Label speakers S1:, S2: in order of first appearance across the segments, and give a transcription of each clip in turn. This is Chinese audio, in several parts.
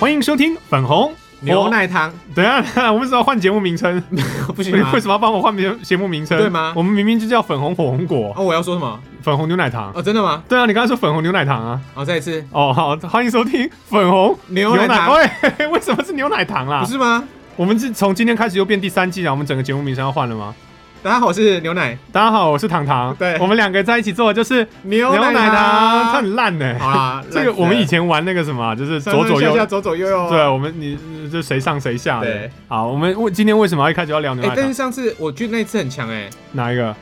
S1: 欢迎收听粉红
S2: 牛。奶糖，
S1: 我等一下，等一下我们只要换节目名称，
S2: 不行吗
S1: 为？什么要帮我换名节目名称？
S2: 啊对吗
S1: 我们明明就叫粉红火红果、
S2: 哦，我要说什么？
S1: 粉红牛奶糖。
S2: 哦，真的吗？
S1: 对啊，你刚才说粉红牛奶糖啊。
S2: 哦，再一次，
S1: 哦，好，欢迎收听粉红
S2: 牛奶糖
S1: 喂，为什么是牛奶糖啦
S2: 不？是吗？
S1: 我们是从今天开始又变第三季了，我们整个节目名称要换了吗？
S2: 大家好，我是牛奶
S1: 大家好，我是糖糖。
S2: 对
S1: 我们两个在一起做的就是
S2: 牛啊
S1: 牛奶糖，它
S2: 糖。
S1: 很烂呢、
S2: 好啦
S1: ，这个我们以前玩那个什么啊，就是
S2: 左
S1: 左
S2: 左
S1: 左
S2: 右啊
S1: 右
S2: 右，左左右右。
S1: 对，啊我们你就谁上谁下的
S2: 哦对。
S1: 好，我们为今天为什么要一开始要啊聊牛
S2: 哎、
S1: 奶
S2: 但
S1: 糖
S2: 是？上次我觉得那一次很强哎、
S1: 哪一个？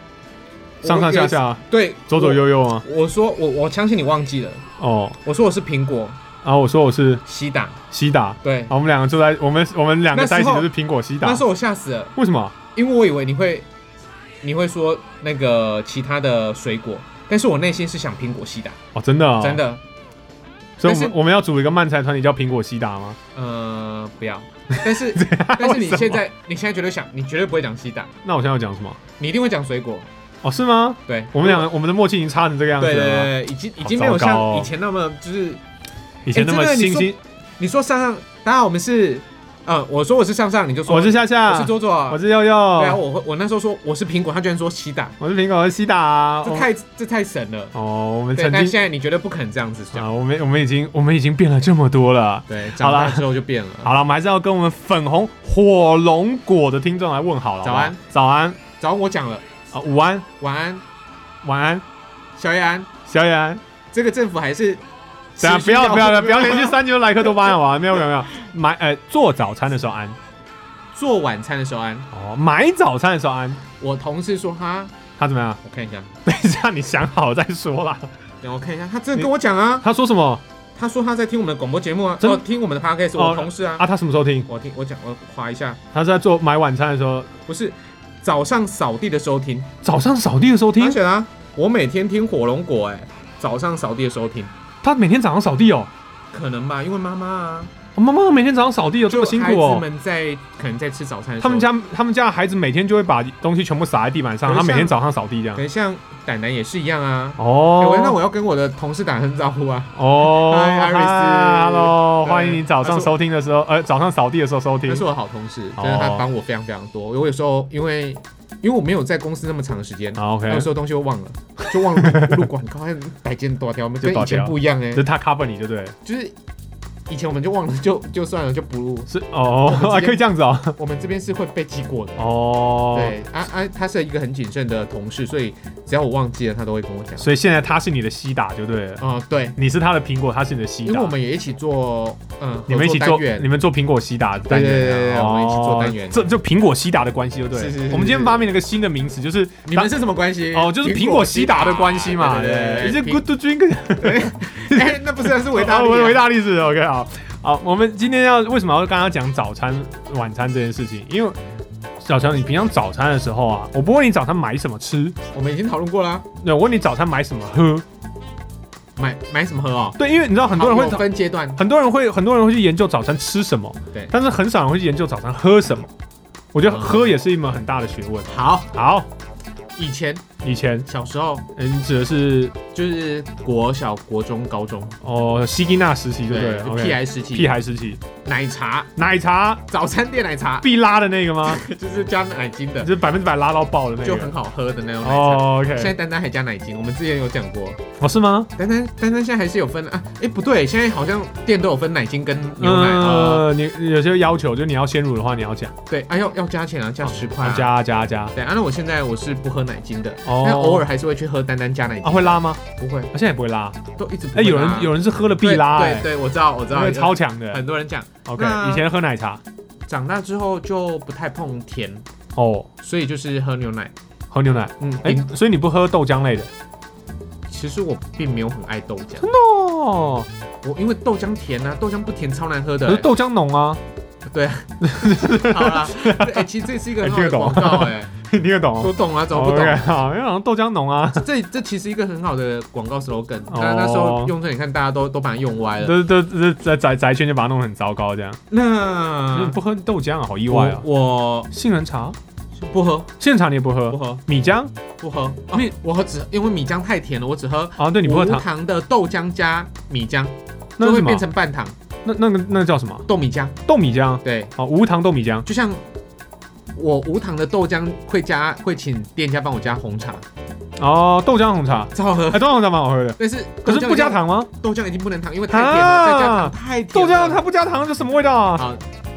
S1: 上上下下，
S2: 对，
S1: 左左右右啊。
S2: 我。我说我我相信你忘记了，
S1: 哦，
S2: 我说我是苹果
S1: 然后我说我是
S2: 西打，
S1: 西打，
S2: 对，
S1: 好，我们两个坐在我们我们两个在一起
S2: 那时
S1: 就
S2: 候
S1: 是苹果西打
S2: 那时。候我吓死了，
S1: 为什么？
S2: 因为我以为你会你会说那个其他的水果，但是我内心是想苹果西打，
S1: 哦，真的，
S2: 真。的，
S1: 所以我
S2: 但
S1: 们
S2: 是
S1: 我们要组一个漫才团体叫苹果西打吗？
S2: 呃，不 要。但是但是你现在你现在绝对想，你绝对不会讲西打，
S1: 那我现在要讲什么？
S2: 你一定会讲水果。
S1: 哦，是吗？
S2: 对，
S1: 我们两个我们的默契已经差成这个样子
S2: 哎对对
S1: 了吗，
S2: 对，已经已
S1: 好
S2: 经没有
S1: 糟糕
S2: 像
S1: 哦
S2: 以前那么就是，
S1: 以前那么惺
S2: 哎真的你说
S1: 惺，
S2: 你说上上，当然我们是，呃，我说我是上上，你就说
S1: 我是夏夏，
S2: 我是左左，
S1: 我是佑
S2: 对啊，
S1: 佑，
S2: 我我那时候说我是苹果，他居然说西打，
S1: 我是苹果，我是西打。
S2: 这
S1: 我
S2: 太这太神了。
S1: 哦，我们哦
S2: 对，
S1: 曾
S2: 但
S1: 经
S2: 现在你绝对不可能这样子讲。
S1: 啊，我们我们已经我们已经变了这么多了。啊
S2: 对，
S1: 好
S2: 长
S1: 啦
S2: 大之后就变了。
S1: 好了，我们还是要跟我们粉红火龙果的听众来问好了。
S2: 早安
S1: 好不好，早安
S2: 早上我讲了，
S1: 啊，午安，
S2: 晚安，
S1: 晚安，
S2: 小叶安，
S1: 小野安。
S2: 这个政府还是持
S1: 等下
S2: 续
S1: 不要啊不要不要不要连续
S2: 要
S1: 三就莱克多巴胺好 吧？没有没有没有，买呃做早餐的时候安
S2: 做晚餐的时候安。
S1: 哦，买早餐的时候安，
S2: 我同事说哈，
S1: 他怎么样？
S2: 我看一下，
S1: 等一下你想好再说啦。
S2: 等我看一下，他真的跟我讲啊，
S1: 他说什么
S2: 他说他在听我们的广播节目啊，
S1: 真
S2: 哦，听我们的 podcast，
S1: 哦
S2: 我同事啊，
S1: 啊？他什么时候听？
S2: 我听我讲，我划一下，
S1: 他是在做买晚餐的时候，
S2: 不是早上扫地的时候听，
S1: 早上扫地的时候听
S2: 他。选啊，我每天听火龙果，哎，早上扫地的时候听，
S1: 他每天早上扫地哦，
S2: 可能吧，因为妈妈啊，
S1: 哦妈妈每天早上扫地哦，这
S2: 就
S1: 么辛
S2: 孩
S1: 苦
S2: 子
S1: 哦。
S2: 们在可能在吃早餐的时候，
S1: 他们家他们家的孩子每天就会把东西全部撒在地板上，
S2: 可
S1: 他
S2: 是
S1: 每天
S2: 像
S1: 早上扫地这样
S2: 可。能像奶奶也是一样啊。哎
S1: 哦
S2: 我，那我要跟我的同事打声招呼啊。
S1: 哦，
S2: 嗨艾瑞斯
S1: ，Hello，
S2: 对
S1: 欢迎你早上
S2: 他是
S1: 收听的时候，呃，早上扫地的时候收听
S2: 他。是我的好同事，
S1: 哦
S2: 真的，他帮我非常非常多。我有时候因为因为我没有在公司那么长的时间，
S1: 好
S2: 我有
S1: ，OK，
S2: 时候东西会忘了，就忘了录录广告，摆件多条，我们
S1: 就
S2: 跟
S1: 大条
S2: 以前不一样哎
S1: 就，是他 cover 你就对了，
S2: 就是以前我们就忘了， 就就算了，就不录。
S1: 是哦，
S2: 我们
S1: 还
S2: 直接
S1: 可以这样子哦，
S2: 我们这边是会被记过的。
S1: 哦，
S2: 对，啊啊，他是一个很谨慎的同事，所以只要我忘记了，他都会跟我讲。
S1: 所以现在他是你的西打就对了，
S2: 啊、对，
S1: 你是他的苹果，他是你的西
S2: 因为
S1: 打
S2: 我，们也一起做，嗯，
S1: 你们一起
S2: 合作
S1: 做
S2: 单，元
S1: 你们做苹果西打单元啊，
S2: 对对对对
S1: 哦
S2: 我们一起做单元
S1: 这就苹果西打的关系就对了
S2: 是是是是
S1: 我们今天发明了一个新的名词，就是
S2: 你们是什么关系？
S1: 哦，就是苹果西打的关系嘛，
S2: 对对对，
S1: 是
S2: 苹
S1: good to drink。
S2: 哎，那不是是维
S1: 啊
S2: 达利
S1: 维
S2: 啊，
S1: 维大力士，OK，好，好，我们今天要为什么要跟他讲早餐、晚餐这件事情？因为小强，你平常早餐的时候啊，我不问你早餐买什么吃，
S2: 我们已经讨论过啦。
S1: 对，我问你早餐买什么喝，
S2: 买买什么喝哦？
S1: 对，因为你知道很多人
S2: 好
S1: 会
S2: 有。分阶段，
S1: 很多人会，很多人会去研究早餐吃什么，
S2: 对
S1: 但是很少人会去研究早餐喝什么。我觉得
S2: 嗯
S1: 喝也是一门很大的学问。
S2: 好，
S1: 好，
S2: 以前
S1: 以前，
S2: 小时候
S1: 嗯，指的是
S2: 就是国小、国中、高中，
S1: 哦，西吉纳时期，对不对
S2: 就
S1: ？OK
S2: 屁孩时期，
S1: 屁孩时期，
S2: 奶茶，
S1: 奶茶
S2: 早餐店奶茶，
S1: 必拉的那个 吗？
S2: 就是加奶精的
S1: 就，是百分之百拉到爆的那个。
S2: 就很好喝的那种奶茶。
S1: 哦
S2: 现在
S1: ，OK，
S2: 丹丹还加奶精，我们之前有讲过。
S1: 哦，是吗？
S2: 丹丹丹丹现在还是有分的啊，哎、不对，现在好像店都有分奶精跟牛奶啊、
S1: 呃，你有些要求，就你要鲜乳的话，你要讲，
S2: 对，啊要要加钱啊，加十
S1: 哦要
S2: 块、啊。
S1: 加加加。
S2: 对啊，那我现在我是不喝奶精的，
S1: 哦
S2: 但偶尔还是会去喝丹丹加奶
S1: 啊，
S2: 精。
S1: 会拉吗？
S2: 不会，
S1: 啊现在也不会拉。
S2: 都一直不
S1: 哎，
S2: 会
S1: 有
S2: 拉
S1: 人有人是喝了必
S2: 对
S1: 拉，
S2: 对
S1: 哎，
S2: 对，我知道我知
S1: 那
S2: 道
S1: 个，超强的。
S2: 很多人讲，
S1: OK，
S2: 那
S1: 以前喝奶茶，
S2: 长大之后就不太碰甜，
S1: 哦，
S2: 所以就是喝牛奶。
S1: 喝牛奶。
S2: 嗯，
S1: 哎
S2: 哎、，
S1: 所以你不喝豆浆类的？
S2: 其实我并没有很爱豆浆，
S1: 哦，
S2: 我因为豆浆甜啊，豆浆不甜超难喝 的、
S1: 可是豆浆浓 啊，
S2: 好啦，哎、其实这是一个很好
S1: 哎听得
S2: 的
S1: 懂
S2: 广告、哎，
S1: 你听得懂
S2: 我懂啊，怎么不懂
S1: 哦 OK，好，因为好像豆浆浓 啊，
S2: 这这其实一个很好的广告 slogan，
S1: 哦
S2: 但那时候用这，你看大家都都把它用歪了。
S1: 这这这宅宅宅圈就把它弄得很糟糕，这样。
S2: 那
S1: 不喝豆浆啊，好意外啊。
S2: 我我
S1: 杏仁茶、
S2: 不喝，
S1: 杏仁茶你也不
S2: 不
S1: 喝，
S2: 喝，
S1: 米浆
S2: 不喝。啊
S1: 你
S2: 我喝只因为米浆太甜了，我只喝
S1: 哦啊，对，你不
S2: 无
S1: 喝糖，
S2: 糖的豆浆加米浆，
S1: 那
S2: 就是会
S1: 什么
S2: 变？成半糖。
S1: 那那个那个叫什么？
S2: 豆米浆，
S1: 豆米浆
S2: 对，
S1: 哦，无糖豆米浆
S2: 就像我无糖的豆浆会加会请店家帮我加红茶，
S1: 哦，豆浆红 茶，
S2: 超喝
S1: 哎、。豆浆红茶蛮好喝的，
S2: 但是
S1: 可是
S2: 豆浆
S1: 不加
S2: 已经，
S1: 糖吗？
S2: 豆浆已经不能糖，因为太甜了，
S1: 啊
S2: 再加糖太
S1: 豆
S2: 甜了。
S1: 浆它不加糖，这什么味道啊？
S2: 好，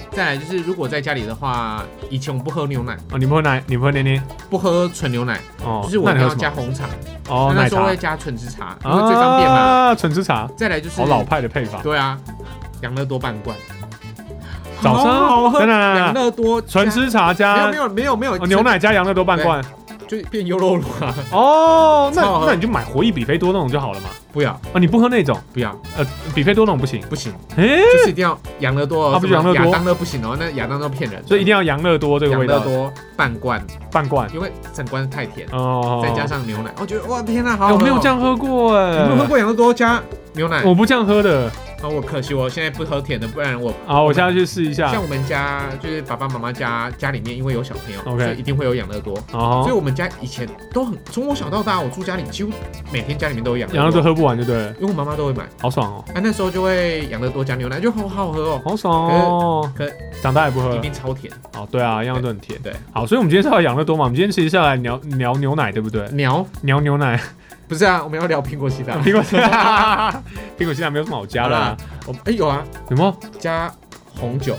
S2: 再来就是如果在家里的话，以前我不喝牛奶，
S1: 哦，你不喝奶，你不喝奶奶？
S2: 不喝纯牛奶，
S1: 哦，
S2: 就是我
S1: 那
S2: 一
S1: 你
S2: 定
S1: 喝
S2: 要
S1: 什
S2: 加
S1: 么？
S2: 红茶，
S1: 哦，
S2: 那
S1: 奶
S2: 时候
S1: 茶
S2: 会加纯芝茶，因为最方便嘛。
S1: 啊，纯吃茶，
S2: 再来就是
S1: 好老派的配法。
S2: 对啊，养乐多半罐，
S1: 早上
S2: 好好喝，
S1: 等等等等
S2: 养乐多
S1: 纯
S2: 加
S1: 芝茶加
S2: 没有没有没有没有
S1: 哦牛，奶加羊乐多半罐。
S2: 就变优酪乳啊！
S1: 哦，那
S2: 超好喝
S1: 那你就买活益比菲多那种就好了嘛。
S2: 不要
S1: 啊，你不喝那种，
S2: 不要，
S1: 呃，比菲多那种不行。
S2: 不行，
S1: 诶，
S2: 就是一定要养乐多
S1: 啊
S2: 哦，
S1: 不
S2: 什么
S1: 养乐多
S2: 亚当乐不行哦，那亚当乐骗人的，
S1: 所以一定要羊乐多这个
S2: 养
S1: 味
S2: 乐
S1: 道，
S2: 多半罐，
S1: 半罐。
S2: 因为整罐太甜，
S1: 哦，
S2: 再加上牛奶，我觉得哇天哪，好
S1: 哎
S2: 好
S1: 我
S2: 喝哦
S1: 没有这，样喝过
S2: 你
S1: 哎
S2: 没有，喝过养乐多加牛奶？
S1: 我不这样喝的。
S2: 啊，我可惜我现在不喝甜的，不然我
S1: 好，我现在去试一下
S2: 像。我们家就是爸爸妈妈家家里面，因为有小朋友，
S1: OK
S2: 所以一定会有养乐多。所以
S1: 哦，
S2: 我们家以前都很，从我小到大，我住家里几乎每天家里面都有养
S1: 羊
S2: 乐
S1: 乐多
S2: 多，
S1: 喝不完就对了，
S2: 因为我妈妈都会买。
S1: 好爽哦，
S2: 啊，那时候就会养乐多加牛奶，就好好喝哦，
S1: 好爽哦
S2: 可。
S1: 长大也不喝
S2: 一
S1: 了。
S2: 定超甜。
S1: 哦，对啊，样样都很甜。
S2: 对对，
S1: 好，所以我们今天是要养乐多嘛？我们今天其实是要来聊聊牛奶，对不对？
S2: 鸟
S1: 聊牛奶，
S2: 不是嗯啊，我们要聊苹果西达。
S1: 苹果苹果现在没有什么好加的啊，
S2: 我哎、有啊，
S1: 有没有？
S2: 加红酒，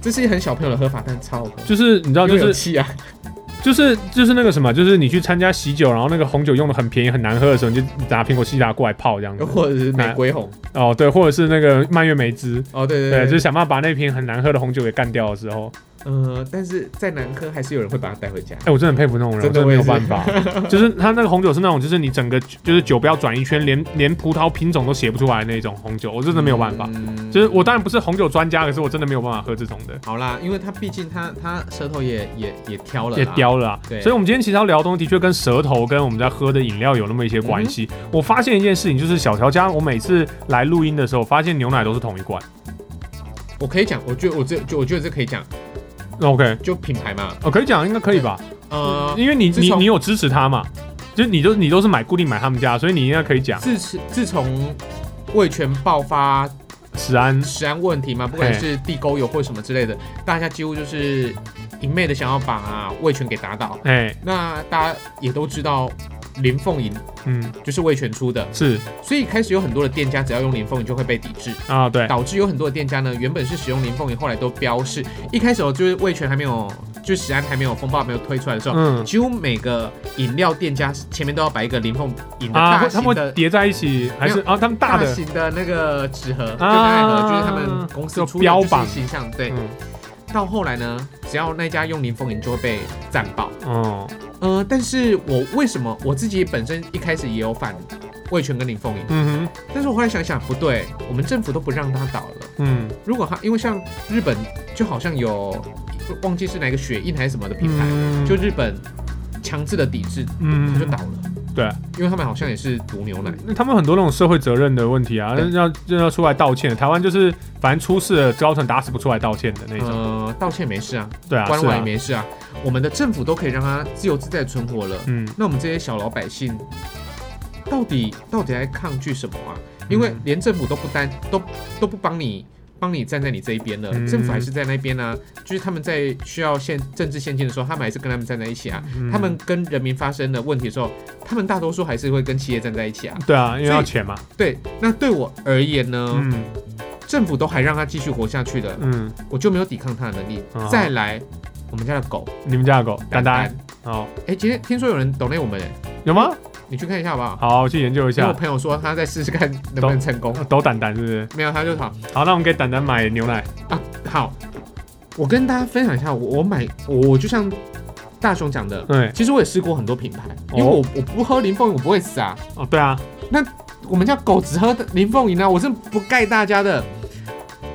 S2: 这是很小朋友的喝法，但超好喝。
S1: 就是你知道，
S2: 因
S1: 就
S2: 为有
S1: 是
S2: 气啊，
S1: 就是就是那个什么，就是你去参加喜酒，然后那个红酒用的很便宜很难喝的时候，你就拿苹果西达过来泡这样子。
S2: 或者是玫瑰红。
S1: 哦，对，或者是那个蔓越莓汁，
S2: 哦，对对
S1: 对，就是
S2: 对，
S1: 想办法把那瓶很难喝的红酒给干掉的时候，
S2: 呃，但是再难喝，还是有人会把它带回家。
S1: 哎、我真的很佩服那种人，
S2: 真
S1: 我
S2: 的
S1: 真的没有
S2: 我也
S1: 办
S2: 是
S1: 法。 就是他那个红酒是那种，就是你整个就是酒标转一圈，连连葡萄品种都写不出来那种红酒，我真的没有办法。
S2: 嗯
S1: 就是我当然不是红酒专家，可是我真的没有办法喝这种的，
S2: 好啦，因为他毕竟他他舌头也也也挑了啦，
S1: 也刁了啊。
S2: 对
S1: 所以，我们今天其实要聊的东西，的确跟舌头跟我们在喝的饮料有那么一些关系。
S2: 嗯
S1: 我发现一件事情，就是小乔家，我每次来录音的时候，发现牛奶都是同一罐。
S2: 我可以讲，我觉得我这就我觉得这可以讲，
S1: OK，
S2: 就品牌嘛，
S1: 哦，可以讲，应该可以吧？
S2: 呃，
S1: 因为你
S2: 自
S1: 你
S2: 从
S1: 你有支持他嘛？就是你都你都是买固定买他们家，所以你应该可以讲。
S2: 自此自从味全爆发
S1: 史安
S2: 食安问题嘛，不管
S1: 哎
S2: 是地沟油或什么之类的，大家几乎就是一昧的想要把味全给打倒。
S1: 哎、
S2: 那大家也都知道，林凤营
S1: 嗯，
S2: 就是味全出的，
S1: 是
S2: 所以开始有很多的店家只要用林凤营就会被抵制。
S1: 啊，对，
S2: 导致有很多的店家呢，原本是使用林凤营，后来都标示。一开始哦，就是味全还没有，就食安还没有风暴没有推出来的时候，
S1: 嗯
S2: 几乎每个饮料店家前面都要摆一个林凤饮的
S1: 啊，
S2: 大
S1: 会他
S2: 型
S1: 们
S2: 的、
S1: 会叠在一起，还是啊，他们大的，
S2: 型的那个纸盒，就大盒，
S1: 啊
S2: 就是他们公司出的
S1: 标
S2: 就是
S1: 榜
S2: 形象。对，
S1: 嗯，
S2: 到后来呢，只要那家用林凤营就会被赞爆。
S1: 哦，
S2: 呃，但是我为什么我自己本身一开始也有反味全跟林凤营，
S1: 嗯哼，
S2: 但是我后来想想不对，我们政府都不让它倒了。
S1: 嗯
S2: 如果他因为像日本就好像有忘记是哪个雪印还是什么的品牌，
S1: 嗯，
S2: 就日本强制的抵制，他就
S1: 嗯
S2: 倒，了。
S1: 对，
S2: 因为他们好像也是毒牛奶，
S1: 那他们很多那种社会责任的问题啊，
S2: 对
S1: 要要要出来道歉。台湾就是反正出事了，高层打死不出来道歉的那种，
S2: 呃，道歉没事啊，
S1: 对啊，
S2: 关
S1: 是
S2: 完也
S1: 啊，
S2: 没事啊，我们的政府都可以让它自由自在地存活了。
S1: 嗯，
S2: 那我们这些小老百姓，到底到底在抗拒什么啊？因为
S1: 嗯
S2: 连政府都不担都都不帮你帮你站在你这一边了，
S1: 嗯
S2: 政府还是在那边啊。就是他们在需要现政治现金的时候，他们还是跟他们站在一起啊。
S1: 嗯
S2: 他们跟人民发生的问题的时候，他们大多数还是会跟企业站在一起啊。
S1: 对啊，因为
S2: 所以
S1: 要钱嘛，
S2: 对，那对我而言呢，
S1: 嗯
S2: 政府都还让他继续活下去的，
S1: 嗯，
S2: 我就没有抵抗他的能力。
S1: 啊
S2: 再来，我们家的狗
S1: 你们家的狗丹丹
S2: 丹，，
S1: 哦，
S2: 哎，今天听说有人懂内我们，
S1: 有吗？
S2: 你去看一下好不好？
S1: 好，我去研究一
S2: 因为
S1: 下，
S2: 我朋友说他再试试看能不能成功，
S1: 抖蛋蛋是不是？
S2: 没有他就好
S1: 好，那我们给蛋蛋买牛奶，
S2: 啊。好，我跟大家分享一下，我我买我我就像大雄讲的，
S1: 对，
S2: 其实我也试过很多品牌，
S1: 嗯哦
S2: 因为我我不喝林凤营我不会死啊。
S1: 哦，对啊，
S2: 我们家狗只喝林凤营啊，我是不盖大家的。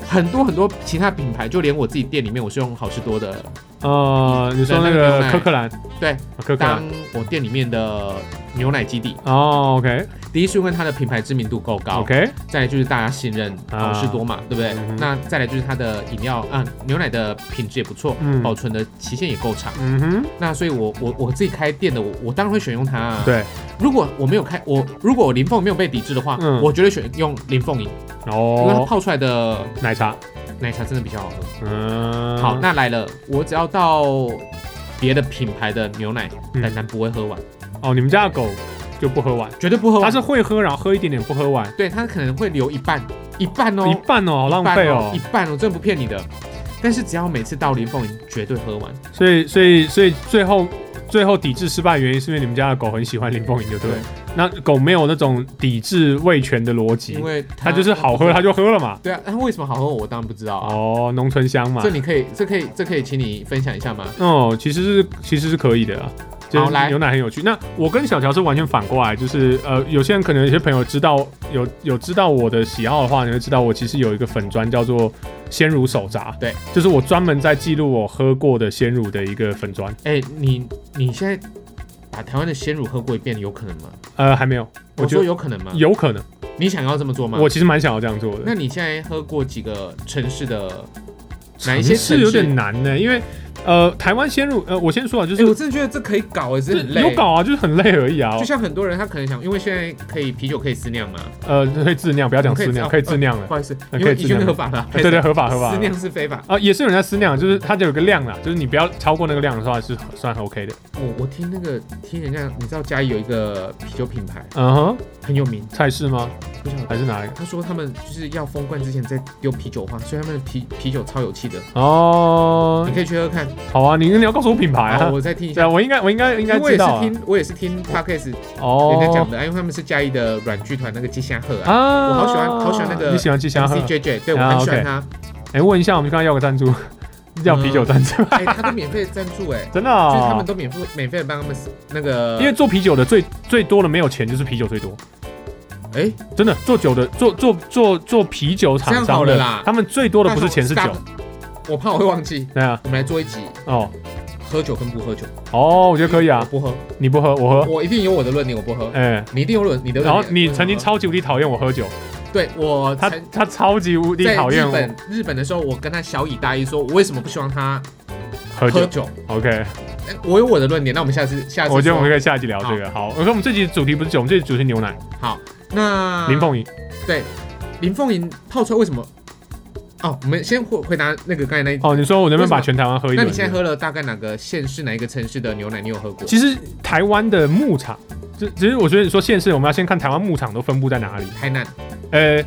S2: 很多很多其他品牌，就连我自己店里面，我是用好事多的
S1: 呃，你说那
S2: 对那个
S1: 个
S2: 牛奶
S1: 科克兰，
S2: 对
S1: 哦，科克兰
S2: 当，我店里面的牛奶基底。
S1: 哦，OK，
S2: 第一是因为它的品牌知名度够高
S1: OK，
S2: 再来就是大家信任好事多嘛，对不对？
S1: 啊嗯哼
S2: 那再来就是它的饮料啊、牛奶的品质也不错，
S1: 嗯
S2: 保存的期限也够长。
S1: 嗯哼，
S2: 那所以我，我我自己开店的，我我当然会选用它、啊。，
S1: 对，
S2: 如果我没有开，我如果我林凤没有被抵制的话，
S1: 嗯
S2: 我绝对选用林凤饮，因为它
S1: 哦，
S2: 泡出来的
S1: 奶茶，
S2: 奶茶真的比较好喝。
S1: 嗯，
S2: 好，那来了，我只要到别的品牌的牛奶，
S1: 嗯
S2: 丹丹不会喝完，
S1: 哦，你们家的狗就不喝完，
S2: 绝对不喝
S1: 它
S2: 完。
S1: 是会喝，然后喝一点点，不喝完，
S2: 对，它可能会留一半，一半哦，
S1: 一半哦，好浪
S2: 半
S1: 费哦
S2: 哦一。半哦，真的不骗你的。但是只要每次到林凤营，绝对喝完。
S1: 所以，所以，所以最后最后抵制失败的原因是因为你们家的狗很喜欢林凤营，对不对？那狗没有那种抵制味全的逻辑
S2: 因，为
S1: 它就是好喝，它就喝了嘛。
S2: 对啊，它为什么好喝？我当然不知道啊。
S1: 哦，农村香嘛
S2: 这。你可以，这可以，这可以，请你分享一下吗？
S1: 哦，其实是其实是可以的啊。就
S2: 好来
S1: 是牛奶很有趣。那我跟小乔是完全反过来，就是呃，有些人可能有些朋友知道有有知道我的喜好的话，你会知道我其实有一个粉砖叫做“鲜乳手札”，
S2: 对，
S1: 就是我专门在记录我喝过的鲜乳的一个粉砖。
S2: 哎、你你现在把台湾的鲜乳喝过一遍，有可能吗？
S1: 呃，还没有，我
S2: 我
S1: 觉
S2: 说
S1: 得
S2: 有可能吗？
S1: 有可能，
S2: 你想要这么做吗？
S1: 我其实蛮想要这样做的。
S2: 那你现在喝过几个城市的？哪
S1: 城
S2: 一些城
S1: 市
S2: 市
S1: 有点难呢、因为呃，台湾鲜乳，呃，我先说啊，就
S2: 哎、
S1: 是、
S2: 我真的觉得这可以搞、哎，
S1: 就
S2: 真的很累。
S1: 有搞啊，就是很累而已啊
S2: 就。像很多人他可能想，因为现在可以啤酒可以私酿嘛，
S1: 呃，可以自酿，不要讲
S2: 可以哦
S1: 私酿，
S2: 自
S1: 可以自酿了
S2: 不。好意思，
S1: 那
S2: 因
S1: 可
S2: 为
S1: 以
S2: 已
S1: 自
S2: 经
S1: 酿
S2: 合法了，
S1: 对对，合法合法。
S2: 私酿是非法。
S1: 啊，也是有人在私酿，就是它就有个量啦，就是你不要超过那个量的话是算 OK 的。
S2: 哦我我听那个听人家，你知道嘉义有一个啤酒品牌
S1: 嗯哼，
S2: 很有名，
S1: 菜市吗？
S2: 不晓得
S1: 还是哪里？
S2: 他说他们就是要封罐之前再丢啤酒花，所以他们的啤啤酒超有气的，
S1: 哦
S2: 你，可以去喝看。
S1: 好啊，你你要告诉我品牌
S2: 好，
S1: 啊。
S2: 我再听一
S1: 对
S2: 下
S1: 啊，。我应该我应该应
S2: 因
S1: 该
S2: 为我也
S1: 知
S2: 是
S1: 道啊。
S2: 听，我也是听 podcast 人家
S1: 哦
S2: 讲的，啊因为他们是嘉义的软剧团那个鸡虾鹤啊，
S1: 啊，
S2: 我好喜欢好喜欢那个
S1: 你喜欢鸡虾喝？
S2: c JJ，对我
S1: 啊
S2: 很喜欢
S1: OK
S2: 他，
S1: 哎，问一下，我们刚刚要个赞助，要啤酒赞助，
S2: 哎，他都免费赞助，哎，
S1: 真的
S2: 就
S1: 啊。
S2: 是他们都免费免费帮他们那个，
S1: 因为做啤酒的最最多的没有钱，就是啤酒最多。
S2: 哎，
S1: 真的，做酒的做做做做啤酒
S2: 这
S1: 厂
S2: 样好
S1: 商
S2: 了
S1: 的，
S2: 啦
S1: 他们最多的不是钱是酒。
S2: Stop，我怕我会忘记，
S1: 对啊，
S2: 我们来做一集
S1: 哦
S2: 喝酒跟不喝酒，
S1: 哦，我觉得可以
S2: 我
S1: 啊，
S2: 不喝，
S1: 你不喝，我喝。
S2: 我一定有我的论点，我不喝。
S1: 哎，
S2: 你一定有论你的论
S1: 然
S2: 点。
S1: 后你
S2: 我不
S1: 曾经
S2: 喝
S1: 超级无敌讨厌我喝酒，
S2: 对我
S1: 他
S2: 曾
S1: 他超级无敌
S2: 在
S1: 讨
S2: 日
S1: 厌我
S2: 本日本的时候，我跟他小以大意说，我为什么不希望他
S1: 喝
S2: 喝
S1: 酒。
S2: 酒？
S1: OK，
S2: 哎我有我的论点，那我们下次下次
S1: 我觉得
S2: 说
S1: 我们可以下一集聊这个。好，我说我们这集的主题不是酒，我们这集主题是牛奶。
S2: 好。那
S1: 林凤营，
S2: 林凤营泡出来为什么？哦，我们先回回答那个刚才那一。
S1: 哦，你说我能不能把
S2: 为什么
S1: 全台湾喝一
S2: 那
S1: 轮？
S2: 你现在喝了大概哪个县市、哪一个城市的牛奶？你有喝过？
S1: 其实台湾的牧场，只只是我觉得你说现实，我们要先看台湾牧场都分布在哪里。
S2: 台南
S1: 呃，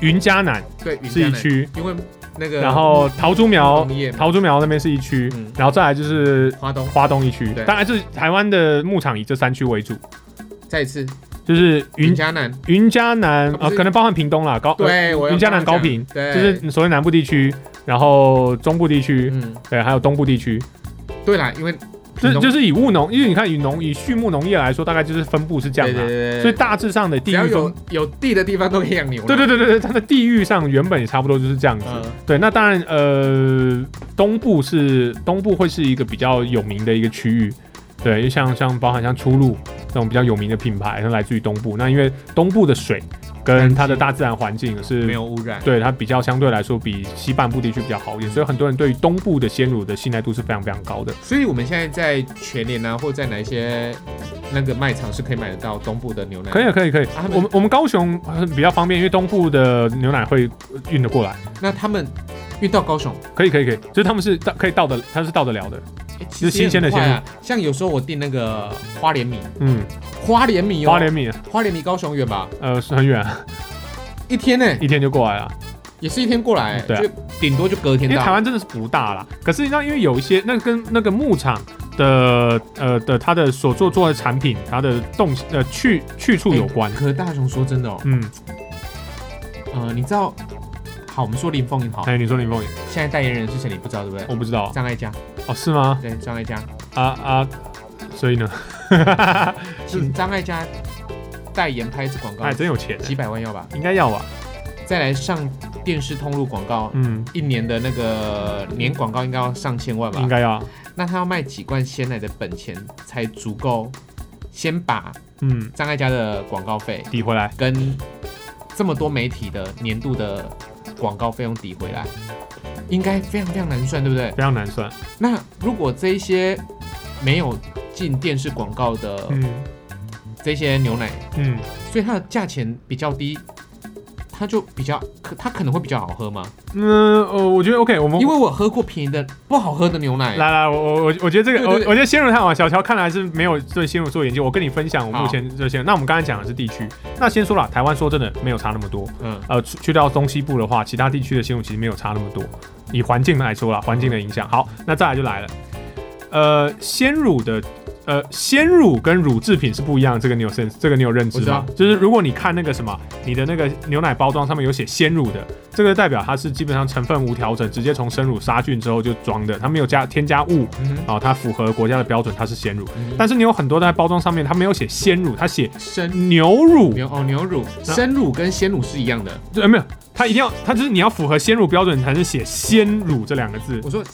S1: 云嘉南
S2: 对，云
S1: 是
S2: 嘉
S1: 一
S2: 南，
S1: 区，
S2: 因为那个
S1: 然后桃竹苗
S2: 农，业嘛，
S1: 桃竹苗那边是一区
S2: 嗯，
S1: 然后再来就是
S2: 花东。
S1: 花东一区
S2: 对。
S1: 当然是台湾的牧场以这三区为主，
S2: 再一次，
S1: 就是
S2: 云
S1: 云
S2: 嘉南，
S1: 云嘉南
S2: 它不
S1: 啊，
S2: 是
S1: 可能包含屏东啦，高
S2: 对，我要
S1: 云嘉
S2: 刚
S1: 南
S2: 刚
S1: 高
S2: 讲
S1: 平，
S2: 对，
S1: 就是所谓南部地区，然后中部地区，
S2: 嗯，
S1: 对，还有东部地区，
S2: 对啦，因为
S1: 就
S2: 屏东
S1: 就是以务农，因为你看以农以畜牧农业来说，大概就是分布是这样
S2: 对对
S1: 的、
S2: 对对，对
S1: 所以大致上的地
S2: 只要
S1: 域
S2: 有
S1: 分，
S2: 有地的地方都可以养牛。
S1: 对对，对对对，它的地域上原本也差不多就是这样子。
S2: 嗯，
S1: 对，那当然，呃，东部是东部会是一个比较有名的一个区域，对，像像包含像出路那种比较有名的品牌，它来自于东部。那因为东部的水跟它的大自然环境是
S2: 没有污染。
S1: 对它比较相对来说比西半部地区比较好一点，所以很多人对于东部的鲜乳的信赖度是非常非常高的。
S2: 所以我们现在在全联啊，或在哪一些那个卖场是可以买得到东部的牛奶。
S1: 可以，可以，可以
S2: 啊他。们
S1: 我们我们高雄呃比较方便，因为东部的牛奶会呃运得过来。
S2: 那他们运到高雄，
S1: 可以，可以，可以，就是他们是到可以到的，他是到得了的。
S2: 诶
S1: 就是新鲜的
S2: 其实也很快啊。像有时候我订那个花莲米，
S1: 嗯，
S2: 花莲米哦，
S1: 花莲米，
S2: 花莲米高雄远吧？
S1: 呃，是很远，
S2: 一天呢，
S1: 一天就过来了。
S2: 也是一天过来，
S1: 对啊
S2: 就顶多就隔天
S1: 因为台
S2: 到。
S1: 湾真的是不大啦，可是你知道，因为有一些那跟那个牧场的呃的它的所做做的产品，它的动呃去去处有关。
S2: 可是大雄说真的哦，
S1: 嗯，
S2: 呃，你知道，好，我们说林凤营好，
S1: 哎，你说林凤营，
S2: 现在代言人是谁？你不知道对不对？
S1: 我不知道
S2: 张艾嘉，
S1: 哦，是吗？
S2: 对，张艾嘉，
S1: 啊啊，所以呢，
S2: 请张艾嘉代言拍一次广告
S1: 他还，真有钱欸，
S2: 几百万要吧？
S1: 应该要吧？
S2: 再来上电视通路广告，
S1: 嗯，
S2: 一年的那个年广告应该要上千万
S1: 应
S2: 吧？
S1: 该要。
S2: 那他要卖几罐鲜奶的本钱才足够，先把
S1: 嗯，
S2: 张艾嘉的广告费
S1: 抵回来，
S2: 跟这么多媒体的年度的广告费用抵回来，应该非常非常难算，对不对？
S1: 非常难算。
S2: 那如果这一些没有进电视广告的
S1: 嗯
S2: 这些牛奶，
S1: 嗯，
S2: 所以它的价钱比较低，它就比较可，它可能会比较好喝吗？
S1: 那呃，我觉得 OK，我们
S2: 因为我喝过便宜的不好喝的牛奶，
S1: 来来，我我我我觉得这个，
S2: 对
S1: 我
S2: 对
S1: 我觉得鲜乳探访小乔看来是没有对鲜乳做研究。我跟你分享我
S2: 好
S1: 目前这些。那我们刚才讲的是地区，那先说了，台湾说真的没有差那么多。
S2: 嗯，
S1: 呃，去去到东西部的话，其他地区的鲜乳其实没有差那么多。以环境来说啦，环境的影响。好，那再来就来了，呃，鲜乳的。呃，鲜乳跟乳制品是不一样的，这个你有认，这个你有认知
S2: 我知
S1: 吗
S2: 道？
S1: 就是如果你看那个什么，你的那个牛奶包装上面有写鲜乳的，这个代表它是基本上成分无调整，直接从生乳杀菌之后就装的，它没有加添加物，
S2: 嗯哼
S1: 啊，它符合国家的标准，它是鲜乳。
S2: 嗯
S1: 但是你有很多在包装上面，它没有写鲜乳，它写
S2: 生
S1: 牛乳，
S2: 牛哦牛乳，
S1: 那
S2: 生乳跟鲜乳是一样的。
S1: 对，呃没有，它一定要，它就是你要符合鲜乳标准，你才能写鲜乳这两个字。
S2: 我说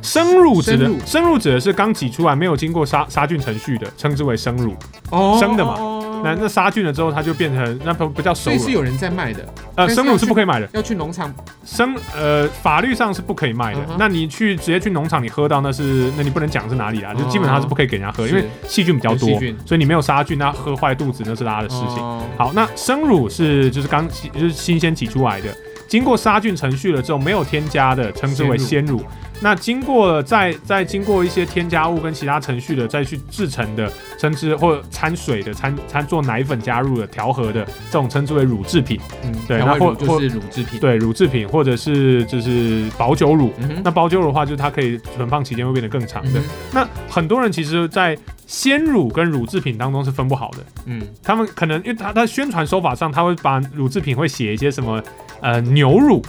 S1: 生乳指
S2: 生
S1: 的
S2: 乳
S1: 生乳指的是刚挤出来没有经过杀杀菌程序的，称之为生乳。
S2: 哦
S1: 生的嘛
S2: 嘛
S1: 那那杀菌了之后，它就变成那不不叫熟
S2: 所以是
S1: 乳，
S2: 有人在卖的，
S1: 呃，
S2: 但是
S1: 生
S2: 要
S1: 乳是
S2: 去
S1: 不可以买的，
S2: 要去农场
S1: 生呃法律上是不可以卖的。
S2: 嗯哼
S1: 那你去直接去农场，你喝到那是，那你不能讲是哪里啦，就基本上是不可以给人家喝，
S2: 哦
S1: 因为细菌比较
S2: 有
S1: 多
S2: 细菌，
S1: 所以你没有杀菌，那喝坏肚子那是拉的事情。
S2: 哦
S1: 好，那生乳是就是刚起就是新鲜挤出来的，经过杀菌程序了之后没有添加的，称之为鲜乳。那经过了再再经过一些添加物跟其他程序的再去制成的，称之或掺水的掺掺做奶粉加入的调和的这种称之为乳制品。
S2: 嗯，
S1: 对
S2: 台
S1: 那
S2: 湾乳
S1: 或或
S2: 就是乳制品。
S1: 对，乳制品或者是就是保酒乳。
S2: 嗯哼，
S1: 那保酒乳的话，就是它可以存放期间会变得更长的。
S2: 嗯哼
S1: 那很多人其实，在鲜乳跟乳制品当中是分不好的。
S2: 嗯，
S1: 他们可能因为他他宣传手法上，他会把乳制品会写一些什么呃牛乳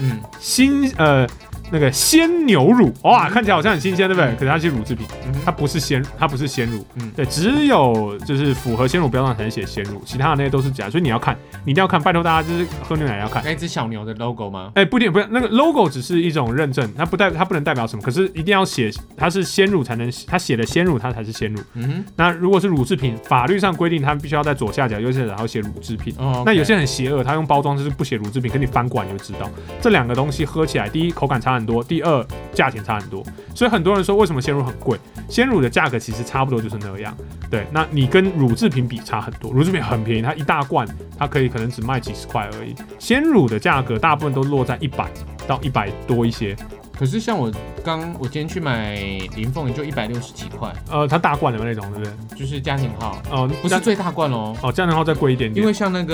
S2: 嗯
S1: 新呃那个鲜牛乳，哇，
S2: 嗯
S1: 看起来好像很新鲜，对不对？
S2: 嗯
S1: 可是它是乳制品，
S2: 嗯
S1: 它
S2: 哼，
S1: 不是鲜，它不是鲜乳。
S2: 嗯
S1: 对，只有就是符合鲜乳标准才能写鲜乳，其他的那些都是假的。所以你要看，你一定要看，拜托大家就是喝牛奶要看。
S2: 那一只小牛的 logo 吗？
S1: 哎，不一定，不是那个 logo 只是一种认证，它不代它不能代表什么，可是一定要写它是鲜乳才能，它写的鲜乳它才是鲜乳。
S2: 嗯
S1: 那如果是乳制品，法律上规定他们必须要在左下角、右下角然后写乳制品
S2: 哼，。哦，
S1: 那有些很邪恶，他用包装就是不写乳制品，可你翻过来你就知道，这两个东西喝起来，第一口感差很多，第二价钱差很多。所以很多人说为什么鲜乳很贵？鲜乳的价格其实差不多就是那样。对，那你跟乳制品比差很多，乳制品很便宜，它一大罐它可以可能只卖几十块而已。鲜乳的价格大部分都落在一百到一百多一些，嗯
S2: 可是像我刚我今天去买林凤也就一百六十几块，
S1: 呃，它大罐的那种，对不对？
S2: 就是家庭号，
S1: 哦、
S2: 不
S1: 这
S2: 是
S1: 样
S2: 最大罐哦。
S1: 哦，这样的话再贵一点
S2: 因
S1: 点
S2: 为，像那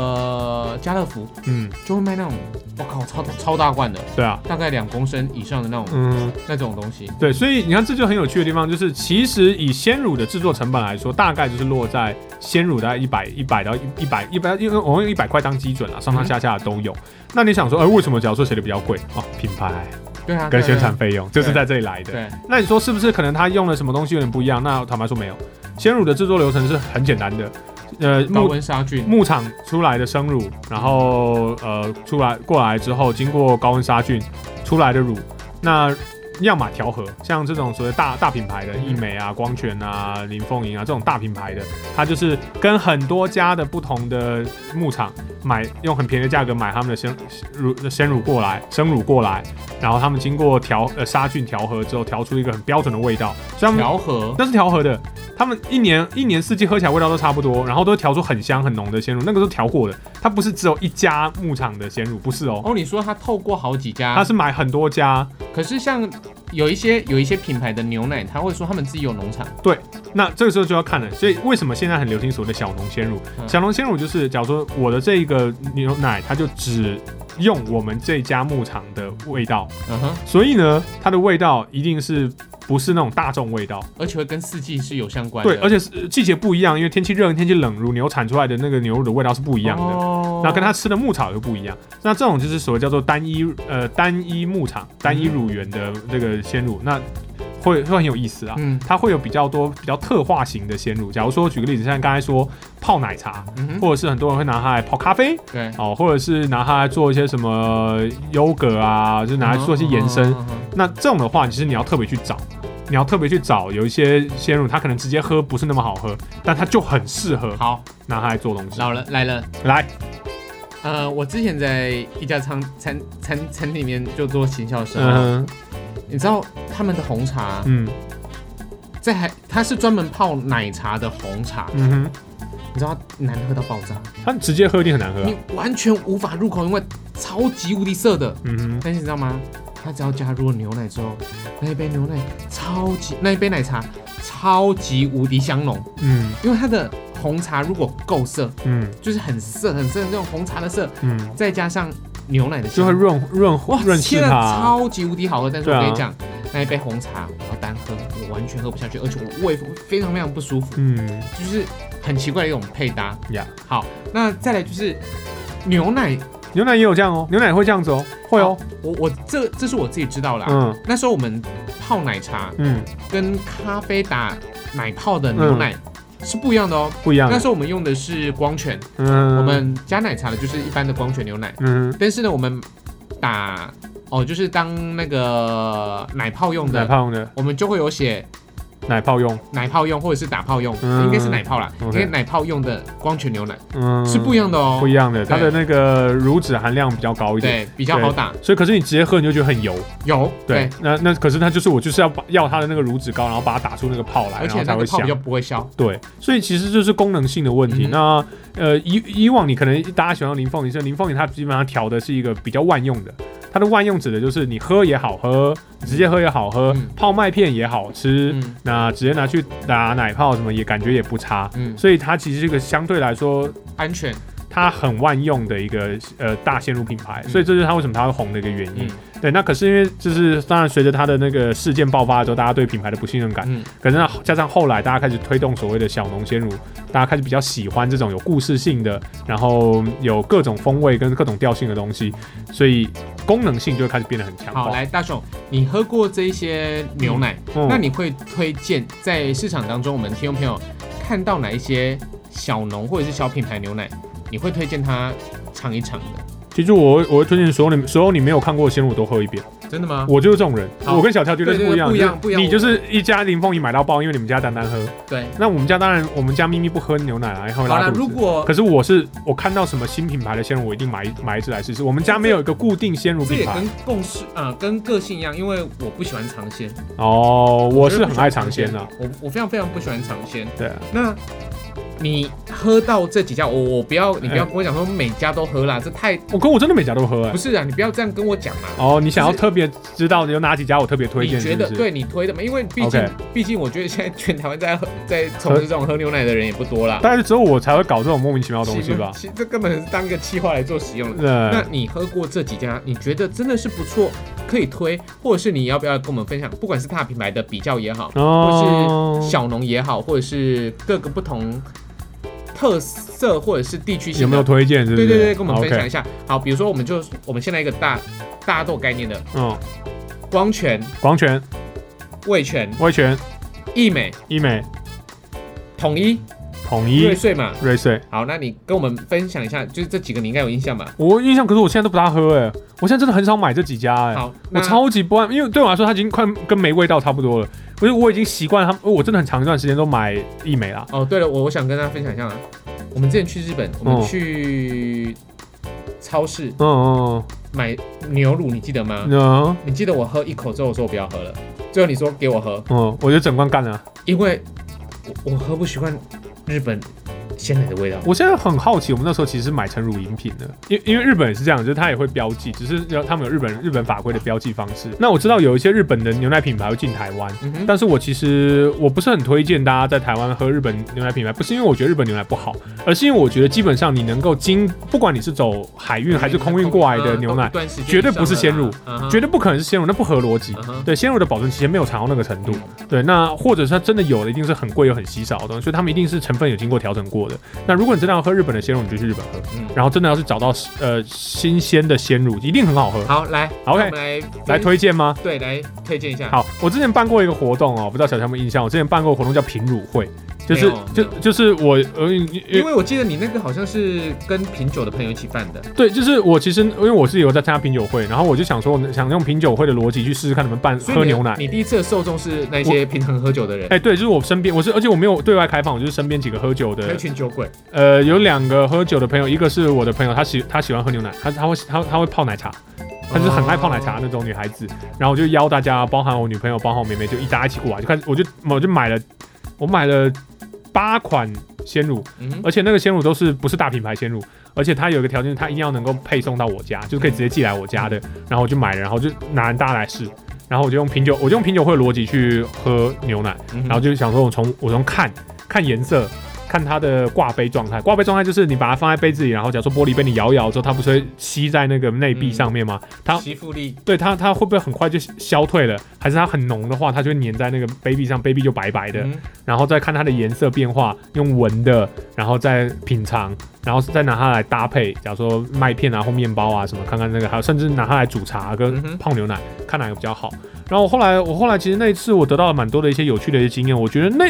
S2: 个家乐福
S1: 嗯，
S2: 就会卖那种，我靠，超超大罐的，
S1: 对啊。
S2: 大概两公升以上的那种、
S1: 嗯，
S2: 那种东西。
S1: 对，所以你看，这就很有趣的地方，就是其实以鲜乳的制作成本来说，大概就是落在鲜乳大概一百一百到一百一百，因为我们用一百块当基准啦，啊上上下下都有。那你想说，哎、为什么假如说谁的比较贵哦？品牌
S2: 对啊，
S1: 跟
S2: 对啊
S1: 宣传费用就是在这里来的。
S2: 对，
S1: 那你说是不是可能他用了什么东西有点不一样？那坦白说没有，鲜乳的制作流程是很简单的，呃，
S2: 高
S1: 木
S2: 温杀菌，
S1: 牧场出来的生乳，然后呃出来过来之后，经过高温杀菌出来的乳，那要么调和，像这种所谓大大品牌的
S2: 嗯
S1: 益美啊、光泉啊、林凤营啊这种大品牌的，它就是跟很多家的不同的牧场买，用很便宜的价格买他们的鲜乳鲜乳过来，生乳过来，然后他们经过调呃杀菌调和之后，调出一个很标准的味道，所以他们
S2: 调和，
S1: 那是调和的，他们一年一年四季喝起来味道都差不多，然后都会调出很香很浓的鲜乳，那个都调过的，它不是只有一家牧场的鲜乳，不是哦，
S2: 哦，你说它透过好几家，
S1: 它是买很多家，
S2: 可是像有一些有一些品牌的牛奶，他会说他们自己有农场，
S1: 那这个时候就要看了，所以为什么现在很流行所谓的小农鲜乳？
S2: 嗯
S1: 小农鲜乳就是，假如说我的这一个牛奶，它就只用我们这家牧场的味道，
S2: 嗯哼，
S1: 所以呢，它的味道一定是不是那种大众味道，
S2: 而且会跟四季是有相关的，
S1: 对，而且是呃季节不一样，因为天气热跟天气冷，乳牛产出来的那个牛乳的味道是不一
S2: 一
S1: 样的。
S2: 哦、
S1: 那跟它吃的牧草又不一样。那这种就是所谓叫做单一呃单一牧场、单一
S2: 嗯
S1: 乳源的这个鲜乳，那会会很有意思啊。
S2: 嗯
S1: 它会有比较多比较特化型的鲜乳，假如说举个例子，像刚才说泡奶茶，
S2: 嗯哼，
S1: 或者是很多人会拿它来泡咖啡
S2: 对，
S1: 哦，或者是拿它来做一些什么优格啊，就是拿来做一些延伸。
S2: 嗯哼，嗯哼
S1: 那这种的话，其实你要特别去找。你要特别去找有一些鲜乳，它可能直接喝不是那么好喝，但它就很适合
S2: 哦好，
S1: 拿它来做东西。
S2: 老了来了。
S1: 来，
S2: 呃，我之前在一家餐餐餐餐厅里面就做行销的时候，
S1: 嗯
S2: 你知道他们的红茶
S1: 嗯
S2: 在还它是专门泡奶茶的红茶，
S1: 嗯哼，
S2: 你知道它难喝到爆炸，
S1: 它直接喝一定很难喝啊、
S2: 你完全无法入口，因为超级无敌涩的。
S1: 嗯哼，
S2: 但是你知道吗？它只要加入了牛奶之后，那一杯牛奶超级那一杯奶茶超级无敌香浓，
S1: 嗯
S2: 因为它的红茶如果够涩，
S1: 嗯
S2: 就是很涩很涩的那种红茶的涩，
S1: 嗯，
S2: 再加上牛奶的
S1: 就
S2: 香
S1: 会润润
S2: 哇，
S1: 润湿
S2: 切的
S1: 它啊。
S2: 超级无敌好喝，但是
S1: 对啊
S2: 我跟你讲，那一杯红茶我要单喝，我完全喝不下去，而且我胃非常非常不舒服，
S1: 嗯
S2: 就是很奇怪的一种配搭。
S1: 呀
S2: 好，那再来就是牛奶，
S1: 牛奶也有这样哦，牛奶也会这样子哦，会哦。
S2: 我我这这是我自己知道啦。
S1: 嗯
S2: 那时候我们泡奶茶
S1: 嗯，
S2: 跟咖啡打奶泡的牛奶是不一样的哦。
S1: 嗯不一样
S2: 那
S1: 的。
S2: 时候我们用的是光泉，
S1: 嗯，
S2: 我们加奶茶的就是一般的光泉牛奶，
S1: 嗯哼
S2: 但是呢，我们打哦就是当那个奶泡用的
S1: 奶泡用的
S2: 我们就会有写
S1: 奶泡用，
S2: 奶泡用或者是打泡用，
S1: 嗯
S2: 应该是奶泡啦，
S1: OK
S2: 因为奶泡用的光泉牛奶
S1: 嗯，
S2: 是不一样的哦
S1: 不，一样的，它
S2: 对
S1: 的那个乳脂含量比较高一点，
S2: 对，比较好打，
S1: 所以可是你直接喝你就觉得很油。
S2: 有
S1: 对
S2: 对，，
S1: 那那可是它就是我就是要把要它的那个乳脂高，然后把它打出那个泡来，
S2: 而
S1: 然
S2: 且
S1: 后才
S2: 那个
S1: 会
S2: 泡
S1: 香
S2: 比较。不会消，
S1: 对，所以其实就是功能性的问题。
S2: 嗯哼
S1: 那呃，以以往你可能大家喜欢林凤仪，是林凤仪它基本上调的是一个比较万用的，它的万用指的就是你喝也好喝，你直接喝也好喝，
S2: 嗯
S1: 泡麦片也好吃，
S2: 嗯
S1: 那直接拿去打奶泡什么也感觉也不差。
S2: 嗯，
S1: 所以它其实是一个相对来说
S2: 安全，
S1: 它很万用的一个呃大线路品牌，
S2: 嗯
S1: 所以这就是它为什么它会红的一个原因。
S2: 嗯
S1: 对，那可是因为就是当然随着它的那个事件爆发之后，大家对品牌的不信任感，
S2: 嗯
S1: 可是那加上后来大家开始推动所谓的小农鲜乳，大家开始比较喜欢这种有故事性的，然后有各种风味跟各种调性的东西，所以功能性就会开始变得很强
S2: 好，
S1: 化。
S2: 来大雄，你喝过这一些牛奶，
S1: 嗯
S2: 那你会推荐在市场当中，我们听众朋友看到哪一些小农或者是小品牌牛奶，你会推荐他尝一尝的？
S1: 其实我我会推荐所有你所有你没有看过的鲜乳都喝一遍，
S2: 真的吗？
S1: 我就是这种人，
S2: 好
S1: 我跟小跳绝是
S2: 对对
S1: 不一样，
S2: 不一样不一样
S1: 你就是一家林凤仪买到爆，因为你们家丹丹喝。
S2: 对，
S1: 那我们家当然，我们家咪咪不喝牛奶啊，然后
S2: 好
S1: 会拉
S2: 了，
S1: 肚子。
S2: 如果
S1: 可是我是我看到什么新品牌的鲜乳，我一定买一买一支来试试。我们家没有一个固定鲜乳
S2: 这
S1: 品
S2: 也
S1: 牌
S2: 跟共识啊、跟个性一样，因为我不喜欢尝鲜。
S1: 哦，我是很爱尝鲜的、
S2: 我我非常非常不喜欢尝鲜。
S1: 对啊，
S2: 那你喝到这几家，我我不要，你不要
S1: 哎
S2: 跟我讲说每家都喝啦，这太
S1: 我可我真的每家都喝哎、
S2: 不是啊，你不要这样跟我讲嘛。
S1: 哦，你想要
S2: 就是
S1: 特别知道有哪几家我特别推荐，
S2: 你觉得
S1: 是不是？
S2: 对你推的嘛？因为毕竟
S1: OK
S2: 毕竟我觉得现在全台湾在喝在从事这种喝牛奶的人也不多啦。
S1: 大概只有我才会搞这种莫名其妙的东西吧。
S2: 其这根本是当个气话来做使用的。那
S1: 呃，
S2: 你喝过这几家，你觉得真的是不错，可以推，或者是你要不要跟我们分享？不管是大品牌的比较也好，
S1: 哦
S2: 或是小农也好，或者是各个不同特色或者是地区性的
S1: 有没有？推荐？是不
S2: 对
S1: 是？
S2: 对对，跟我们分享一
S1: OK，
S2: 下。好，比如说我们就我们先来一个大大豆概念的
S1: 嗯，
S2: 光泉、
S1: 广泉、
S2: 味全、
S1: 威泉、
S2: 益美、
S1: 医美、
S2: 统一、
S1: 统
S2: 瑞
S1: 一、
S2: 穗嘛。
S1: 瑞穗。
S2: 好，那你跟我们分享一下，就是这几个你应该有印象吧？
S1: 我印象，可是我现在都不大喝哎、我现在真的很少买这几家哎、
S2: 好，
S1: 我
S2: 那
S1: 超级不爱，因为对我来说，它已经快跟没味道差不多了。不是，我已经习惯了它，我真的很长一段时间都买益美啦。
S2: 哦，对了，我我想跟大家分享一下啊，我们之前去日本，我们
S1: 嗯
S2: 去超市
S1: 嗯嗯
S2: 买牛乳，你记得吗？
S1: 嗯嗯
S2: 你记得我喝一口之后，我说我不要喝了，最后你说给我喝，
S1: 嗯，我就整罐干了。
S2: 因为我我喝不习惯日本鲜奶的味道。
S1: 我现在很好奇，我们那时候其实买成乳饮品的，因因为日本也是这样，就是它也会标记，只是要他们有日本日本法规的标记方式。那我知道有一些日本的牛奶品牌会进台湾。
S2: 嗯哼，
S1: 但是我其实我不是很推荐大家在台湾喝日本牛奶品牌，不是因为我觉得日本牛奶不好，而是因为我觉得基本上你能够经，不管你是走海运还是空运过来的牛奶
S2: 嗯，，短时间
S1: 绝对不是鲜乳
S2: 以上了啦，
S1: 绝
S2: 对
S1: 对不可能是鲜乳，那不合逻
S2: 嗯
S1: 辑。对鲜乳的保存期限没有长到那个程度，对，那或者是它真的有的一定是很贵又很稀少的东西，所以他们一定是成分有经过调整过的。那如果你真的要喝日本的鲜乳，你就去日本喝。
S2: 嗯
S1: 然后真的要是找到呃新鲜的鲜乳，一定很好喝。
S2: 好，来
S1: 好，OK
S2: 那我们来
S1: 来推荐吗？
S2: 对来推荐一下。，
S1: 好，我之前办过一个活动哦，不知道小乔有没有印象？我之前办过活动叫品乳会，就是
S2: 没有
S1: 就
S2: 没有
S1: 就是我呃
S2: 因为我记得你那个好像是跟品酒的朋友一起办的，
S1: 对，就是我其实因为我是有在参加品酒会，然后我就想说，我想用品酒会的逻辑去试试看你们办
S2: 所以
S1: 喝
S2: 你
S1: 牛奶。
S2: 你第一次的受众是那些平常喝酒的人，
S1: 哎、对，就是我身边，我是而且我没有对外开放，我就是身边几个喝酒
S2: 那
S1: 的，
S2: 群酒鬼。
S1: 呃，有两个喝酒的朋友，一个是我的朋友，他喜他喜欢喝牛奶，他他会他他会泡奶茶，她就是很爱泡奶茶那种女孩子。然后我就邀大家，包含我女朋友，包含我妹妹，就一大家一起过来，就开始我就我就买了，我买了八款鲜乳，
S2: 嗯
S1: 而且那个鲜乳都是不是大品牌鲜乳，而且它有一个条件，它一定要能够配送到我家，就是可以直接寄来我家的。然后我就买了，然后就拿大家来试，然后我就用品酒，我就用品酒会的逻辑去喝牛奶。
S2: 嗯哼，
S1: 然后就想说我从我从看看颜色，看它的挂杯状态。挂杯状态就是你把它放在杯子里，然后假如说玻璃杯你摇一摇之后，它不是会吸在那个内壁上面吗？它
S2: 吸附力，
S1: 对它它会不会很快就消退了？还是它很浓的话，它就会粘在那个杯壁上，杯壁就白白的。
S2: 嗯
S1: 然后再看它的颜色变化，用闻的，然后再品尝，然后再拿它来搭配，假如说麦片啊或面包啊什么，看看那个，还有甚至拿它来煮茶
S2: 嗯
S1: 跟
S2: 哼
S1: 泡牛奶，看哪个比较好。然后我后来我后来其实那一次我得到了蛮多的一些有趣的一些经验，我觉得那。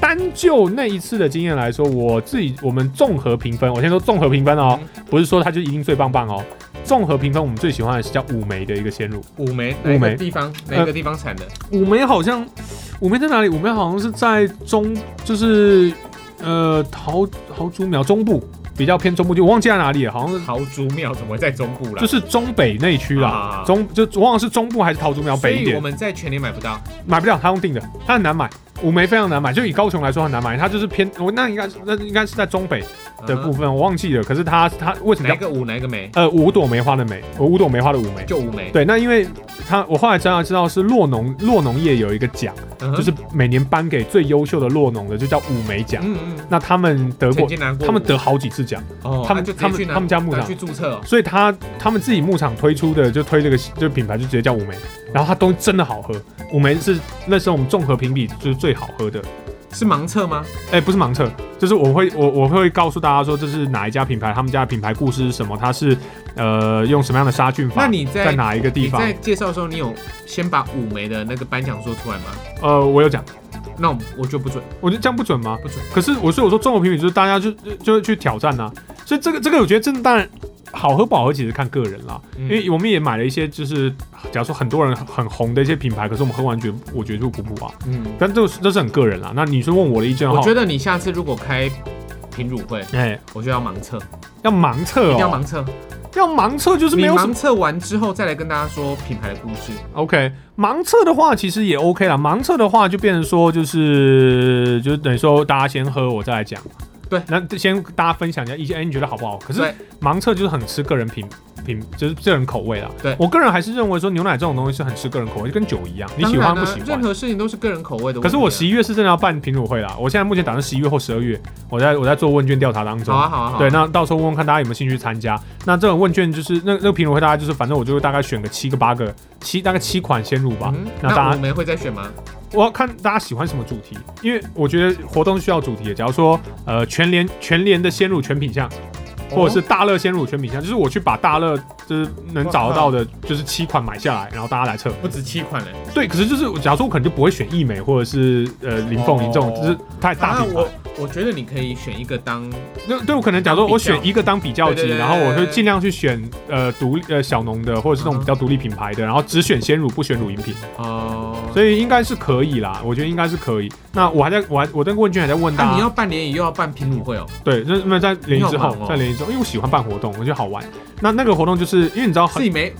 S1: 单就那一次的经验来说，我自己我们综合评分，我先说综合评分哦，
S2: 嗯
S1: 不是说它就一定最棒棒哦。综合评分，我们最喜欢的是叫五梅的一个鲜乳。
S2: 五梅，
S1: 莓
S2: 哪个地方
S1: 嗯
S2: 哪个地方产的？
S1: 五梅好像，五梅在哪里？五梅好像是在中，就是呃桃桃竹苗中部，比较偏中部，就我忘记在哪里了，好像是
S2: 桃竹苗怎么会在中部啦？
S1: 就是中北那一区啦，
S2: 啊
S1: 中就我忘了是中部还是桃竹苗
S2: 所
S1: 北一
S2: 以我
S1: 点，
S2: 们在全年买不到。
S1: 买不了，他用订的，它很难买。五梅非常难买，就以高雄来说很难买，它就是偏我那应该那应该是在中北的部
S2: 嗯
S1: 分，我忘记了。可是它它为什么
S2: 哪
S1: 叫
S2: 一个五哪一个梅？
S1: 呃五朵梅花的梅，呃五朵梅花的五梅？
S2: 就五梅，
S1: 对，那因为它我后来知道知道是洛农洛农业有一个奖。
S2: 嗯哼
S1: 就是每年颁给最优秀的洛农的，就叫五枚奖。
S2: 嗯嗯，
S1: 那他们得
S2: 曾
S1: 过，
S2: 经拿过五，
S1: 他们得好几次奖，
S2: 哦，
S1: 他们
S2: 啊就直接
S1: 他们
S2: 去拿
S1: 他们家牧
S2: 拿
S1: 场
S2: 去注册哦，
S1: 所以他他们自己牧场推出的就推这个就品牌就直接叫五枚，然后它东西真的好喝，五枚是那时候我们综合评比就是最好喝的。
S2: 是盲测吗？
S1: 哎，不是盲测，就是我会我我会告诉大家说这是哪一家品牌，他们家的品牌故事是什么，它是呃用什么样的杀菌法，
S2: 那你在
S1: 在哪一个地
S2: 你
S1: 方
S2: 在？介绍的时候，你有先把五梅的那个颁奖说出来吗？
S1: 呃，我有讲，
S2: 那我我就不准，
S1: 我觉得这样不准吗？
S2: 不准。
S1: 可是我所以我说综合评比就是大家就就就会去挑战呐、啊所以这个这个我觉得真的当然好喝不好喝其实看个人啦，
S2: 嗯
S1: 因为我们也买了一些就是假如说很多人很红的一些品牌，可是我们啊喝完觉得我觉得就普普啊，
S2: 嗯，
S1: 但这个是这是很个人啦。那你是问我的意见的
S2: 我
S1: 话，
S2: 觉得你下次如果开品乳会，
S1: 哎、
S2: 我就要盲测，
S1: 要盲测
S2: 一定要
S1: 哦，
S2: 盲测。
S1: 要盲测就是
S2: 你
S1: 没有什么
S2: 盲测完之后再来跟大家说品牌的故事。
S1: OK，盲测的话其实也 OK 啦，盲测的话就变成说就是就是等于说大家先喝我再来讲，
S2: 对
S1: 那先大家分享一下意见，哎、你觉得好不好？可是
S2: 对
S1: 盲测就是很吃个人品品，就是个人口味啦。
S2: 对
S1: 我个人还是认为说牛奶这种东西是很吃个人口味，就跟酒一样，你喜
S2: 当
S1: 欢
S2: 然
S1: 不
S2: 啊
S1: 喜欢
S2: 任。何事情都是个人口味的问题啊。
S1: 可是我十一月是真的要办品乳会啦，我现在目前打算十一月或十二月，我在我在做问卷调查当中。
S2: 好啊好啊好啊。
S1: 对，那到时候问问看大家有没有兴趣参加。那这种问卷就是那那个品乳会，大家就是反正我就会大概选个七个八个七大概七款鲜乳吧。
S2: 嗯
S1: 那大
S2: 那
S1: 家
S2: 五梅会再选吗？
S1: 我要看大家喜欢什么主题，因为我觉得活动需要主题的。假如说呃全联全联的鲜乳全品项，
S2: 哦
S1: 或者是大乐鲜乳全品项，就是我去把大乐就是能找得到的，就是七款买下来，然后大家来测。
S2: 不止七款了。
S1: 对，可是就是假如说我可能就不会选益美或者是呃林凤营这种，
S2: 哦
S1: 就是太大
S2: 啊
S1: 品牌
S2: 我。我觉得你可以选一个当
S1: 那对我可能假如说我选一个当比较
S2: 对
S1: 级，
S2: 对对嗯
S1: 然后我会尽量去选呃独呃小农的或者是这种比较独立品牌的，然后只选鲜乳不选乳饮品，
S2: 哦。
S1: 所以应该是可以啦，我觉得应该是可以。那我还在我还我那个问卷还在问大
S2: 那
S1: 家
S2: 啊你。要办联谊又要办品乳会哦。
S1: 对，那那在联谊之后
S2: 你好忙哦，
S1: 在联谊之后，因为我喜欢办活动，我觉得好玩。那那个活动就是因为你知道
S2: 自
S1: 很，
S2: 己没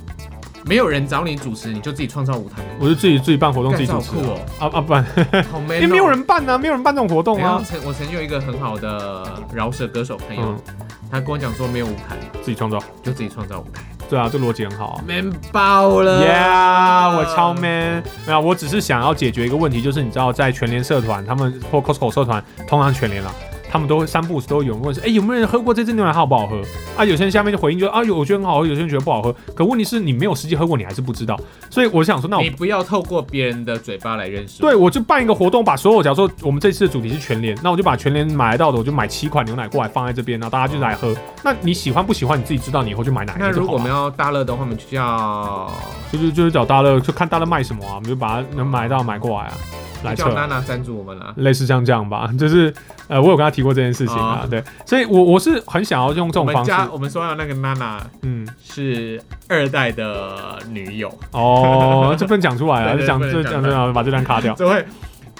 S2: 没有人找你主持，你就自己创造舞台，
S1: 我就自己自己办活动，自
S2: 干
S1: 己
S2: 这好
S1: 主持
S2: 酷
S1: 啊
S2: 哦，
S1: 啊啊，不然
S2: 好 man 哦。
S1: 因为没有人办啊，没有人办这种活动
S2: 然后
S1: 啊，
S2: 曾我曾经有一个很好的饶舌歌手朋友，
S1: 嗯，
S2: 他跟我讲说没有舞台，
S1: 自己创造，
S2: 就自己创造舞台
S1: 对啊，这逻辑很好啊。
S2: ，man 爆了
S1: Yeah，我
S2: 呃
S1: 超 man。没有，我只是想要解决一个问题，就是你知道，在全联社团，他们或 Costco 社团，通常全联啦，他们都三步都有人问是，哎、有没有人喝过这支牛奶，好不好喝？啊，有些人下面就回应就啊，有我觉得很好喝，有些人觉得不好喝。可问题是你没有实际喝过，你还是不知道。所以我想说，那我
S2: 你不要透过别人的嘴巴来认识。
S1: 对，，我就办一个活动，把所有，假如说我们这次的主题是全联，那我就把全联买得到的，我就买七款牛奶过来放在这边，然后大家就来喝。那你喜欢不喜欢，你自己知道，你以后就买哪一
S2: 那
S1: 个就
S2: 如
S1: 好啊
S2: 果我们
S1: 了。
S2: 要大乐的话，我们就叫
S1: 就就就是找大乐，就看大乐卖什么啊，我们就把它能买到买过来啊，来
S2: 就
S1: 测
S2: 叫
S1: 啊。
S2: 娜娜赞助我们啦。
S1: 类似像这样吧，就是呃，我有跟他提过这件事情啊，对，所以我我是很想要用这
S2: 哦
S1: 种
S2: 我们
S1: 方式，
S2: 家我们说到那个娜娜
S1: 嗯，
S2: 是二代的女友，
S1: 哦，这不能讲出来啊，
S2: 对
S1: 这
S2: 对
S1: 讲
S2: 不能
S1: 这
S2: 讲
S1: 讲
S2: 出
S1: 这
S2: 来
S1: 样把这段卡掉，
S2: 这会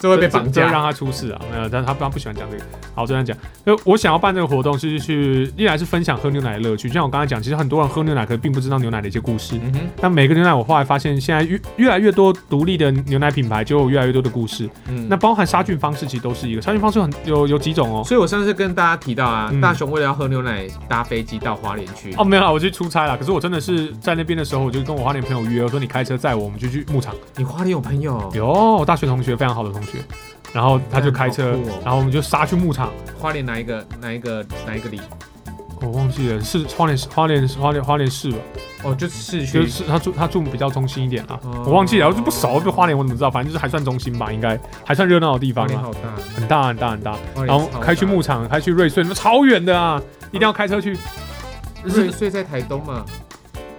S2: 这会被绑
S1: 这这
S2: 架。
S1: 让他出事啊，没有，但他他不喜欢讲这个。好，这样讲，呃，我想要办这个活动，就是去一来是分享喝牛奶的乐趣，就像我刚才讲，其实很多人喝牛奶，可是并不知道牛奶的一些故事。
S2: 嗯哼，
S1: 但每个牛奶，我后来发现，现在越越来越多独立的牛奶品牌，就有越来越多的故事。
S2: 嗯
S1: 那包含杀菌方式，其实都是一个杀菌方式很有有几种哦。
S2: 所以我上次跟大家提到啊，
S1: 嗯
S2: 大雄为了要喝牛奶，搭飞机到花莲去。
S1: 哦，没有啦，我去出差啦。可是我真的是在那边的时候，我就跟我花莲朋友约，我说你开车载我，我们就去牧场。
S2: 你花莲有朋友，
S1: 有，我大学同学，非常好的同学。然后他就开车，
S2: 好酷哦
S1: 然后我们就杀去牧场。
S2: 花莲哪一个哪一个哪一个里？
S1: 我忘记了，是花莲市，花莲花莲花莲市吧？
S2: 哦，就是市
S1: 就
S2: 区。
S1: 是他住他住比较中心一点啊，
S2: 哦
S1: 我忘记了，我就不熟，就花莲我怎么知道？反正就是还算中心吧，应该还算热闹的地
S2: 花
S1: 方
S2: 莲
S1: 啊，
S2: 好大，
S1: 很大很大很大。
S2: 花
S1: 然
S2: 莲
S1: 后
S2: 超大
S1: 开去牧场，开去瑞穗，那超远的啊，一定要开车去。
S2: 瑞穗在台东嘛，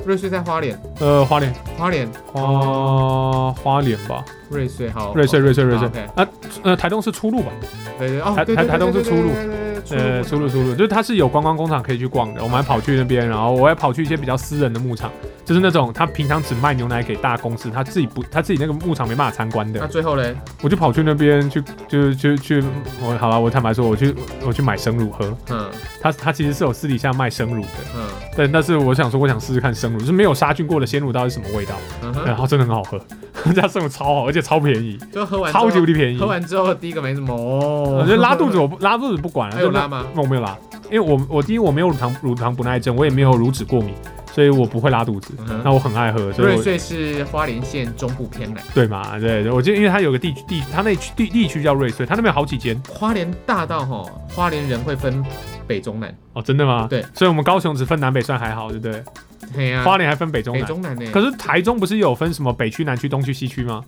S2: 瑞穗在花莲，
S1: 呃，花莲
S2: 花莲
S1: 花花莲吧，
S2: 瑞穗好，
S1: 瑞穗瑞穗瑞穗
S2: 好，OK。
S1: 哦啊，呃，台东是出路吧？
S2: 对对哦
S1: 台，
S2: 对
S1: 台
S2: 对
S1: 台东
S2: 对
S1: 是
S2: 对
S1: 出路
S2: 对对对对
S1: 呃，出入出入，就是它是有观光工厂可以去逛的。我们还跑去那边，然后我还跑去一些比较私人的牧场，就是那种他平常只卖牛奶给大公司，他自己不他自己那个牧场没办法参观
S2: 那
S1: 的。
S2: 最后嘞，
S1: 我就跑去那边去，就就去我好了，我坦白说，我去我去买生乳喝。
S2: 嗯
S1: 他他其实是有私底下卖生乳的，
S2: 嗯
S1: 但但是我想说，我想试试看生乳，就是没有杀菌过的鲜乳到底是什么味道。
S2: 嗯哼，
S1: 然后真的很好喝， 人家生乳超好，而且超便宜，
S2: 就喝完之后
S1: 超级无敌便宜
S2: 喝。完之后第一个没什么哦
S1: 我，觉得拉肚子我不拉肚子不管了，
S2: 还有
S1: 真的
S2: 哎拉吗？
S1: 那我没有拉，因为我我第一我没有乳糖乳糖不耐症，我也没有乳脂过敏，所以我不会拉肚子。
S2: 嗯哼
S1: 那我很爱喝，所以
S2: 瑞
S1: 我
S2: 穗是花莲县中部偏南，
S1: 对嘛，对，对我记得因为它有个地区地，它那区地地区叫瑞穗，它那边有好几间
S2: 花莲大到吼，花莲人会分北中南，
S1: 哦，真的吗？
S2: 对，
S1: 所以我们高雄只分南北算还好，对不对？
S2: 嘿呀，
S1: 花莲还分北中
S2: 北
S1: 南，
S2: 中南呢，
S1: 可是台中不是有分什么北区、南区、东区、西区吗？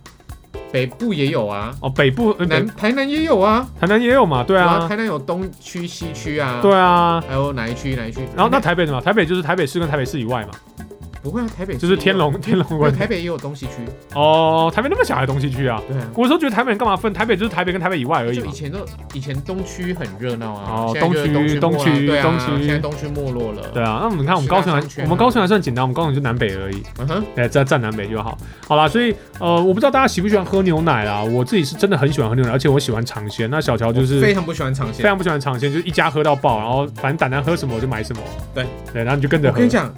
S2: 北部也有啊，
S1: 哦，北部、呃、
S2: 南
S1: 北
S2: 台南也有啊，
S1: 台南也有嘛，对
S2: 然后
S1: 啊，
S2: 台南有东区、西区啊，，
S1: 对啊。
S2: 还有哪一区哪一区，
S1: 然后那
S2: 台
S1: 台北怎么？台北就是台北市跟台北市以外嘛，
S2: 南不会啊，台北
S1: 就是天龙天龙
S2: 对，啊
S1: 关
S2: 台北也有东西区，
S1: 哦，台北那么小还东西区啊？
S2: 对啊。
S1: 我都觉得台北人干嘛分？台北就是台北跟台北以外而已
S2: 就
S1: 嘛
S2: 以。前都以前东区很热闹啊，
S1: 哦
S2: 现在就是
S1: 东区东区
S2: 东没落啊对啊
S1: 东区
S2: 现在东区没落了。
S1: 对啊，那我们看我们高雄还
S2: 十大商圈
S1: 我
S2: 啊
S1: 们高雄还算简单，我们高雄就南北而已，
S2: 嗯哼，
S1: 哎，在站南北就好。好啦，所以呃，我不知道大家喜不喜欢喝牛奶啦，我自己是真的很喜欢喝牛奶，而且我喜欢尝鲜。那小乔就
S2: 我
S1: 是
S2: 非常不喜欢尝
S1: 非
S2: 鲜。
S1: 常不喜欢尝鲜，就是一家喝到爆，然后反正胆囊喝什么我就买什么。
S2: 对
S1: 对，然后你就跟着
S2: 我
S1: 喝
S2: 跟你。讲，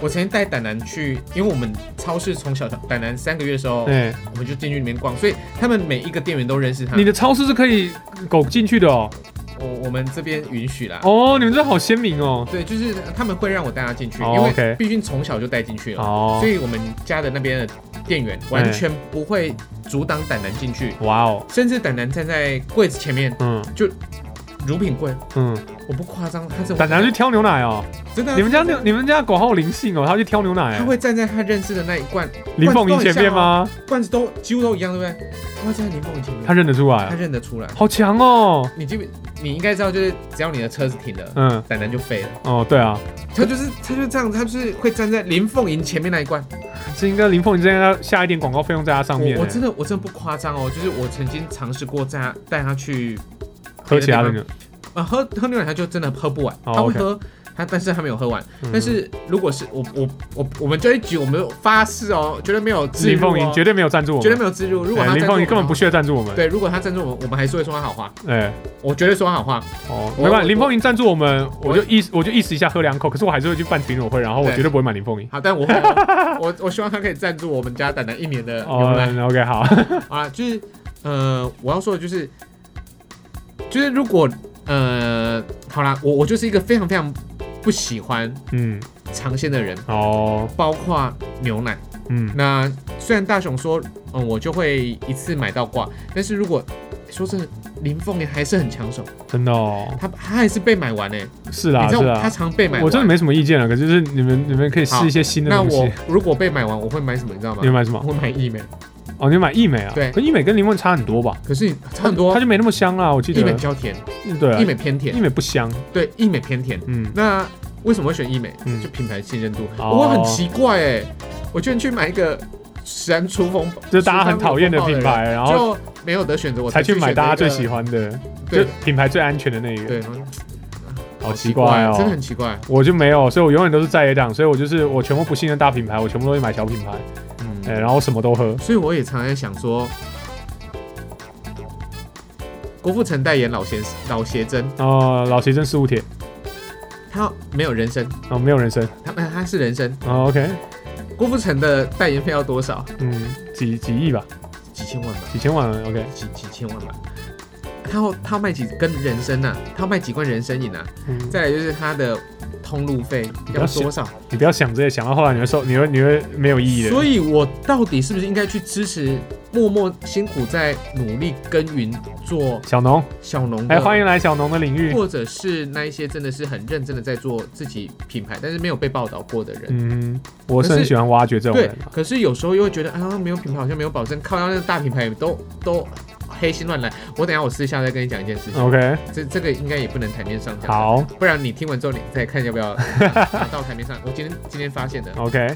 S2: 我曾经带胆南去，因为我们超市从小胆南三个月的时候，
S1: 哎，
S2: 我们就进去里面逛，所以他们每一个店员都认识他。
S1: 你的超市是可以狗进去的哦。
S2: 我我们这边允许啦。
S1: 哦，你们这好鲜明哦。
S2: 对，就是呃他们会让我带他进去，
S1: 哦
S2: 因
S1: OK
S2: 为毕竟从小就带进去了，
S1: 哦
S2: 所，以我们家的那边的店员完全不会阻挡胆南进去，
S1: 哇哦，
S2: 甚至胆南站在柜子前面
S1: 嗯
S2: 乳品柜，
S1: 嗯，
S2: 我不夸张，他这
S1: 胆囊去挑牛奶哦。
S2: 真的啊
S1: 你们家牛你们家狗好有灵性哦，它去挑牛奶
S2: 他
S1: 哦。
S2: 会站在他认识的那一罐
S1: 林凤营前面吗？
S2: 罐子都几乎都一样，对不对？他会站在林凤仪前面，
S1: 它认得出来
S2: 他
S1: 啊，
S2: 认得出来。
S1: 好强哦。
S2: 你基本你应该知道，就是只要你的车子停了，
S1: 嗯，
S2: 胆南就废了。
S1: 哦，对啊，
S2: 他就是他就是这样，他就是会站在林凤营前面那一罐。
S1: 这应该林凤，你这应该下一点广告费用在它上面欸。
S2: 我我真的我真的不夸张哦，就是我曾经尝试过带他带他去
S1: 喝其他的牛，
S2: 呃喝喝牛奶，他就真的喝不完，
S1: 哦
S2: 他会
S1: OK
S2: 喝。他但是他没有喝完，
S1: 嗯
S2: 但是如果是我我我我们这一局我们发誓哦，绝对没有自
S1: 林
S2: 入、哦，
S1: 凤营绝对没有赞助我们，
S2: 绝对没有自入。如果
S1: 哎
S2: 他
S1: 林
S2: 赞助我
S1: 凤营
S2: 们
S1: 根本不
S2: 哦
S1: 屑赞助我们。，
S2: 对，如果他赞助我们，我们还是会说他好话，
S1: 哎，
S2: 我绝对说他好话。
S1: 哦，
S2: 我
S1: 没关系，
S2: 我
S1: 林凤营赞助我们，我
S2: 我
S1: 就意我就意思一下喝两口，可是我还是会去办群友会，然后我
S2: 对
S1: 绝对不会买林凤营。
S2: 好，但我我我我希望他可以赞助我们家蛋蛋一年的
S1: 哦
S2: 牛奶。
S1: 嗯，OK，好，
S2: 啊，就是呃，我要说的就是，就是如果呃，好啦，我我就是一个非常非常不喜欢
S1: 嗯，
S2: 尝鲜的人，
S1: 哦，
S2: 包括牛奶。
S1: 嗯，
S2: 那虽然大雄说，嗯，我就会一次买到挂，但是如果说真的，林凤莲还是很抢手，
S1: 真的哦，
S2: 她她还是被买完哎、
S1: 是啦
S2: 你知
S1: 是
S2: 道她
S1: 啦，
S2: 常被买完。
S1: 我真的没什么意见了，啊可是就是你们你们可以试一些新的
S2: 那
S1: 东
S2: 我
S1: 西。
S2: 如果被买完，我会买什么？你知道吗
S1: 你？们买什么
S2: 我？会买益美，
S1: 哦，你买益美啊？
S2: 对
S1: 可益美跟柠檬差很多吧？
S2: 可是差很多
S1: 它，就没那么香啊啦。我记得
S2: 益美比较甜，
S1: 对啊
S2: 益，美偏甜
S1: 益，美不香，
S2: 对，益美偏甜。
S1: 嗯，
S2: 那为什么会选医美？
S1: 嗯
S2: 就品牌信任度，
S1: 哦
S2: 我很奇怪哎、我居然去买一个食安出风，
S1: 就是大家很讨厌的品
S2: 食安出风暴的
S1: 牌，
S2: 人，
S1: 然后
S2: 就没有得选择，我
S1: 才去买大家最喜
S2: 欢。
S1: 欢的，就
S2: 对
S1: 品牌最安全的那一个。
S2: 对，然后
S1: 好奇怪哦，
S2: 真的很奇怪。
S1: 我就没有，所以我永远都是在野党，所以我就是我全部不信任大品牌，我全部都会买小品牌，
S2: 嗯，
S1: 哎、然后什么都喝。
S2: 所以我也常常想说，郭富城代言老鞋老鞋针，
S1: 哦、老邪真事物帖，
S2: 他没有人参，
S1: 哦，没有人参，
S2: 他他是人参。
S1: 哦，OK，
S2: 郭富城的代言费要多少？
S1: 嗯，几几亿吧，
S2: 几千万吧。
S1: 几千万，OK，啊
S2: 几几千万吧。他要他要卖几根人参呐、他要卖几罐人参饮啊？
S1: 嗯，
S2: 再来就是他的通路费
S1: 不要
S2: 要
S1: 想
S2: 多少？
S1: 你不要想这些，想到后来你会受，你会你会没有意义的。
S2: 所以，我到底是不是应该去支持默默辛苦在努力耕耘做
S1: 小农，
S2: 小农的？
S1: 哎、欢迎来小农的领域，
S2: 或者是那一些真的是很认真的在做自己品牌，但是没有被报道过的人。
S1: 嗯，我是很喜欢挖掘这种
S2: 对
S1: 人啊，
S2: 可是有时候又会觉得啊，没有品牌好像没有保证，靠，那个大品牌都都黑心乱来。我等一下我私下再跟你讲一件事情，
S1: ，OK，
S2: 这这个应该也不能台面上讲。
S1: 哦好
S2: 不然你听完之后，你再看要不 要拿到台面上。我今天今天发现的，
S1: ，OK，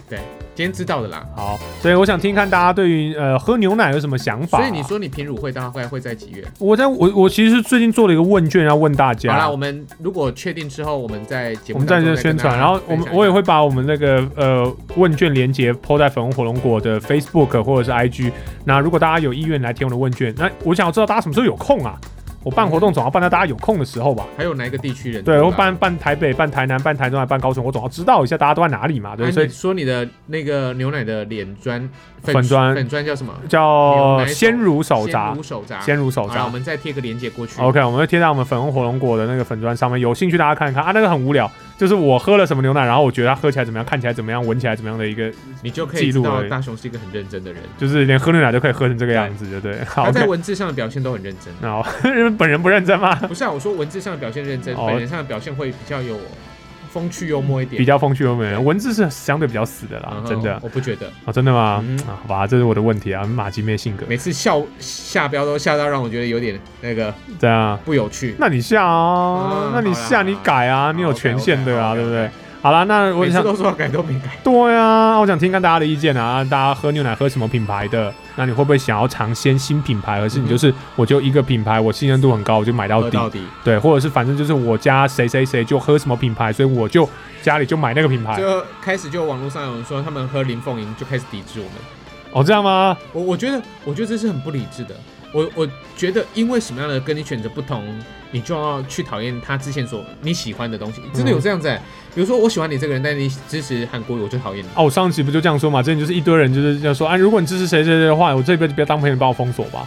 S2: 今天知道的啦。
S1: 好，所以我想听看大家对于呃喝牛奶有什么想法、啊
S2: 所以你，说你品乳会大概会在几月？
S1: 我在我我其实是最近做了一个问卷要问大家，
S2: 好啦，我们如果确定之后，我们在节
S1: 我
S2: 目
S1: 们在
S2: 当中
S1: 这
S2: 再跟
S1: 宣
S2: 大家
S1: 传，然后我们
S2: 分享一下
S1: 我也会把我们那个呃问卷连接抛在粉红火龙果的 Facebook 或者是 IG。那如果大家有意愿来填我的问卷，那我想要知道大家什么时候有空啊？我办活动总要办到大家有空的时候吧。
S2: 还有哪一个地区人
S1: 对，我
S2: 吧
S1: 办办台北、办台南、办台中、还办高雄，我总要知道一下大家都在哪里嘛，对
S2: 啊
S1: 不对？
S2: 你
S1: 所
S2: 说你的那个牛奶的脸砖
S1: 粉砖
S2: 粉砖叫什么？
S1: 以叫
S2: 牛奶手
S1: 鲜乳手札
S2: 鲜乳，手札。
S1: 鲜乳手
S2: 好啦，我
S1: 札。
S2: 们再贴个链接过去。
S1: OK，我们会贴在我们粉红火龙果的那个粉砖上面，有兴趣大家看一看啊。那个很无聊，就是我喝了什么牛奶，然后我觉得它喝起来怎么样，看起来怎么样，闻起来怎么样的一个，
S2: 你就可
S1: 记
S2: 以
S1: 录
S2: 知道
S1: 而已
S2: 大雄是一个很认真的人，
S1: 就是连喝牛奶都可以喝成这个样子，对不对？好
S2: 他
S1: ，OK，
S2: 在文字上的表现都很认真。
S1: 然后本人不认真 吗？
S2: 不是啊，我说文字上的表现认真，
S1: 哦
S2: 本人上的表现会比较有风趣幽默一点
S1: 比。较风趣幽默，文字是相对比较死的啦
S2: 嗯，哼
S1: 啊真的
S2: 我不觉得，
S1: 哦，真的吗？
S2: 嗯
S1: 啊好吧，这是我的问题啊，马吉妹性格
S2: 每次笑下标都下到让我觉得有点那个
S1: 这样，
S2: 不有趣。
S1: 啊那你下啊
S2: 嗯，
S1: 那你
S2: 好
S1: 下
S2: 啦
S1: 你改啊，
S2: 好
S1: 你有权限的啊，
S2: OK，OK，
S1: 对不对？好啦，那我
S2: 每次
S1: 想
S2: 都说要改都没改。
S1: 对啊，我想听看大家的意见啊，大家喝牛奶喝什么品牌的？那你会不会想要尝鲜新品牌，还是你就是我就一个品牌，我信任度很高，我就买到
S2: 喝
S1: 底
S2: 到？底，
S1: 对，或者是反正就是我家谁谁谁就喝什么品牌，所以我就家里就买那个品牌。
S2: 就开始就网络上有人说他们喝林凤营就开始抵制我们。
S1: 哦，这样吗？
S2: 我我觉得，我觉得这是很不理智的。我我觉得，因为什么样的跟你选择不同，你就要去讨厌他之前所你喜欢的东西。真的有这样子、欸
S1: 嗯
S2: 比如说我喜欢你这个人，但你支持韩国语，我就讨厌你。
S1: 哦，我上期不就这样说嘛？之前就是一堆人就是这样说，啊，如果你支持谁谁谁的话，我这辈子不要当朋友，你帮我封锁吧。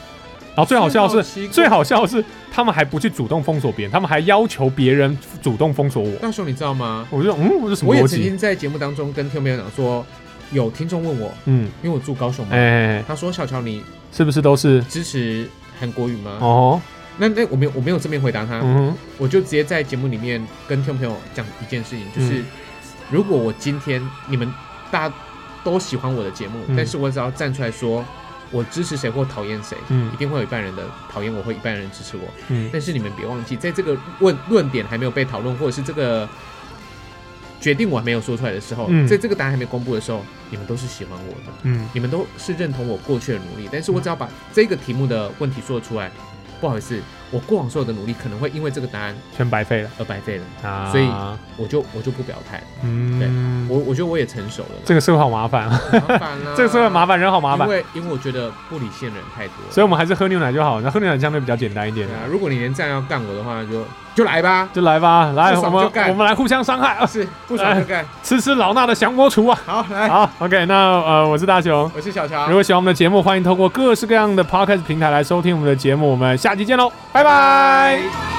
S1: 然后最好笑的是，
S2: 真的好
S1: 啊
S2: 奇怪
S1: 最好笑的是，他们还不去主动封锁别人，他们还要求别人主动封锁我。
S2: 大雄，你知道吗？
S1: 我就说，嗯，我这什么
S2: 我也
S1: 逻
S2: 曾
S1: 辑？
S2: 经在节目当中跟听众朋友讲说，有听众问我，
S1: 嗯，
S2: 因为我住高雄嘛，
S1: 哎、
S2: 他说小乔你
S1: 是不是都是？
S2: 支持韩国语吗？
S1: 哦，
S2: 那那我没有我没有正面回答他，
S1: 嗯
S2: 我就直接在节目里面跟听众朋友讲一件事情，就是、
S1: 嗯
S2: 如果我今天你们大家都喜欢我的节目，
S1: 嗯
S2: 但是我只要站出来说我支持谁或讨厌谁。一
S1: 嗯
S2: 定会有一半人的讨厌我，会一半人支持我。
S1: 嗯，
S2: 但是你们别忘记，在这个论论点还没有被讨论，或者是这个决定我还没有说出来的时候，
S1: 嗯
S2: 在这个答案还没公布的时候，你们都是喜欢我的，
S1: 嗯，
S2: 你们都是认同我过去的努力。但是我只要把这个题目的问题说出来，不好意思，我过往所有的努力可能会因为这个答案
S1: 全白费了
S2: 而白费了，
S1: 啊。
S2: 所以我就我就不表态了。
S1: 嗯，
S2: 我我觉得我也成熟了啦，
S1: 这个社会好麻烦，啊
S2: 麻烦 啦，
S1: 这个社会麻烦，人好麻烦
S2: 嗯因，为因为我觉得不理性的人太多了。
S1: 所以我们还是喝牛奶就好。那喝牛奶相对比较简单一点
S2: 对。啊，如果你连这样要干我的话，就就来吧，
S1: 就来吧，来，
S2: 不
S1: 我
S2: 爽
S1: 们
S2: 就干
S1: 我们来互相伤害啊！
S2: 是不爽就干。
S1: 吃吃老衲的降魔杵啊！
S2: 好，来，
S1: 好，OK，那呃，我是大雄。
S2: 我是小乔
S1: 如。果喜欢我们的节目，欢迎透过各式各样的 Podcast 平台来收听我们的节目。我们下期见喽，拜拜。
S2: 拜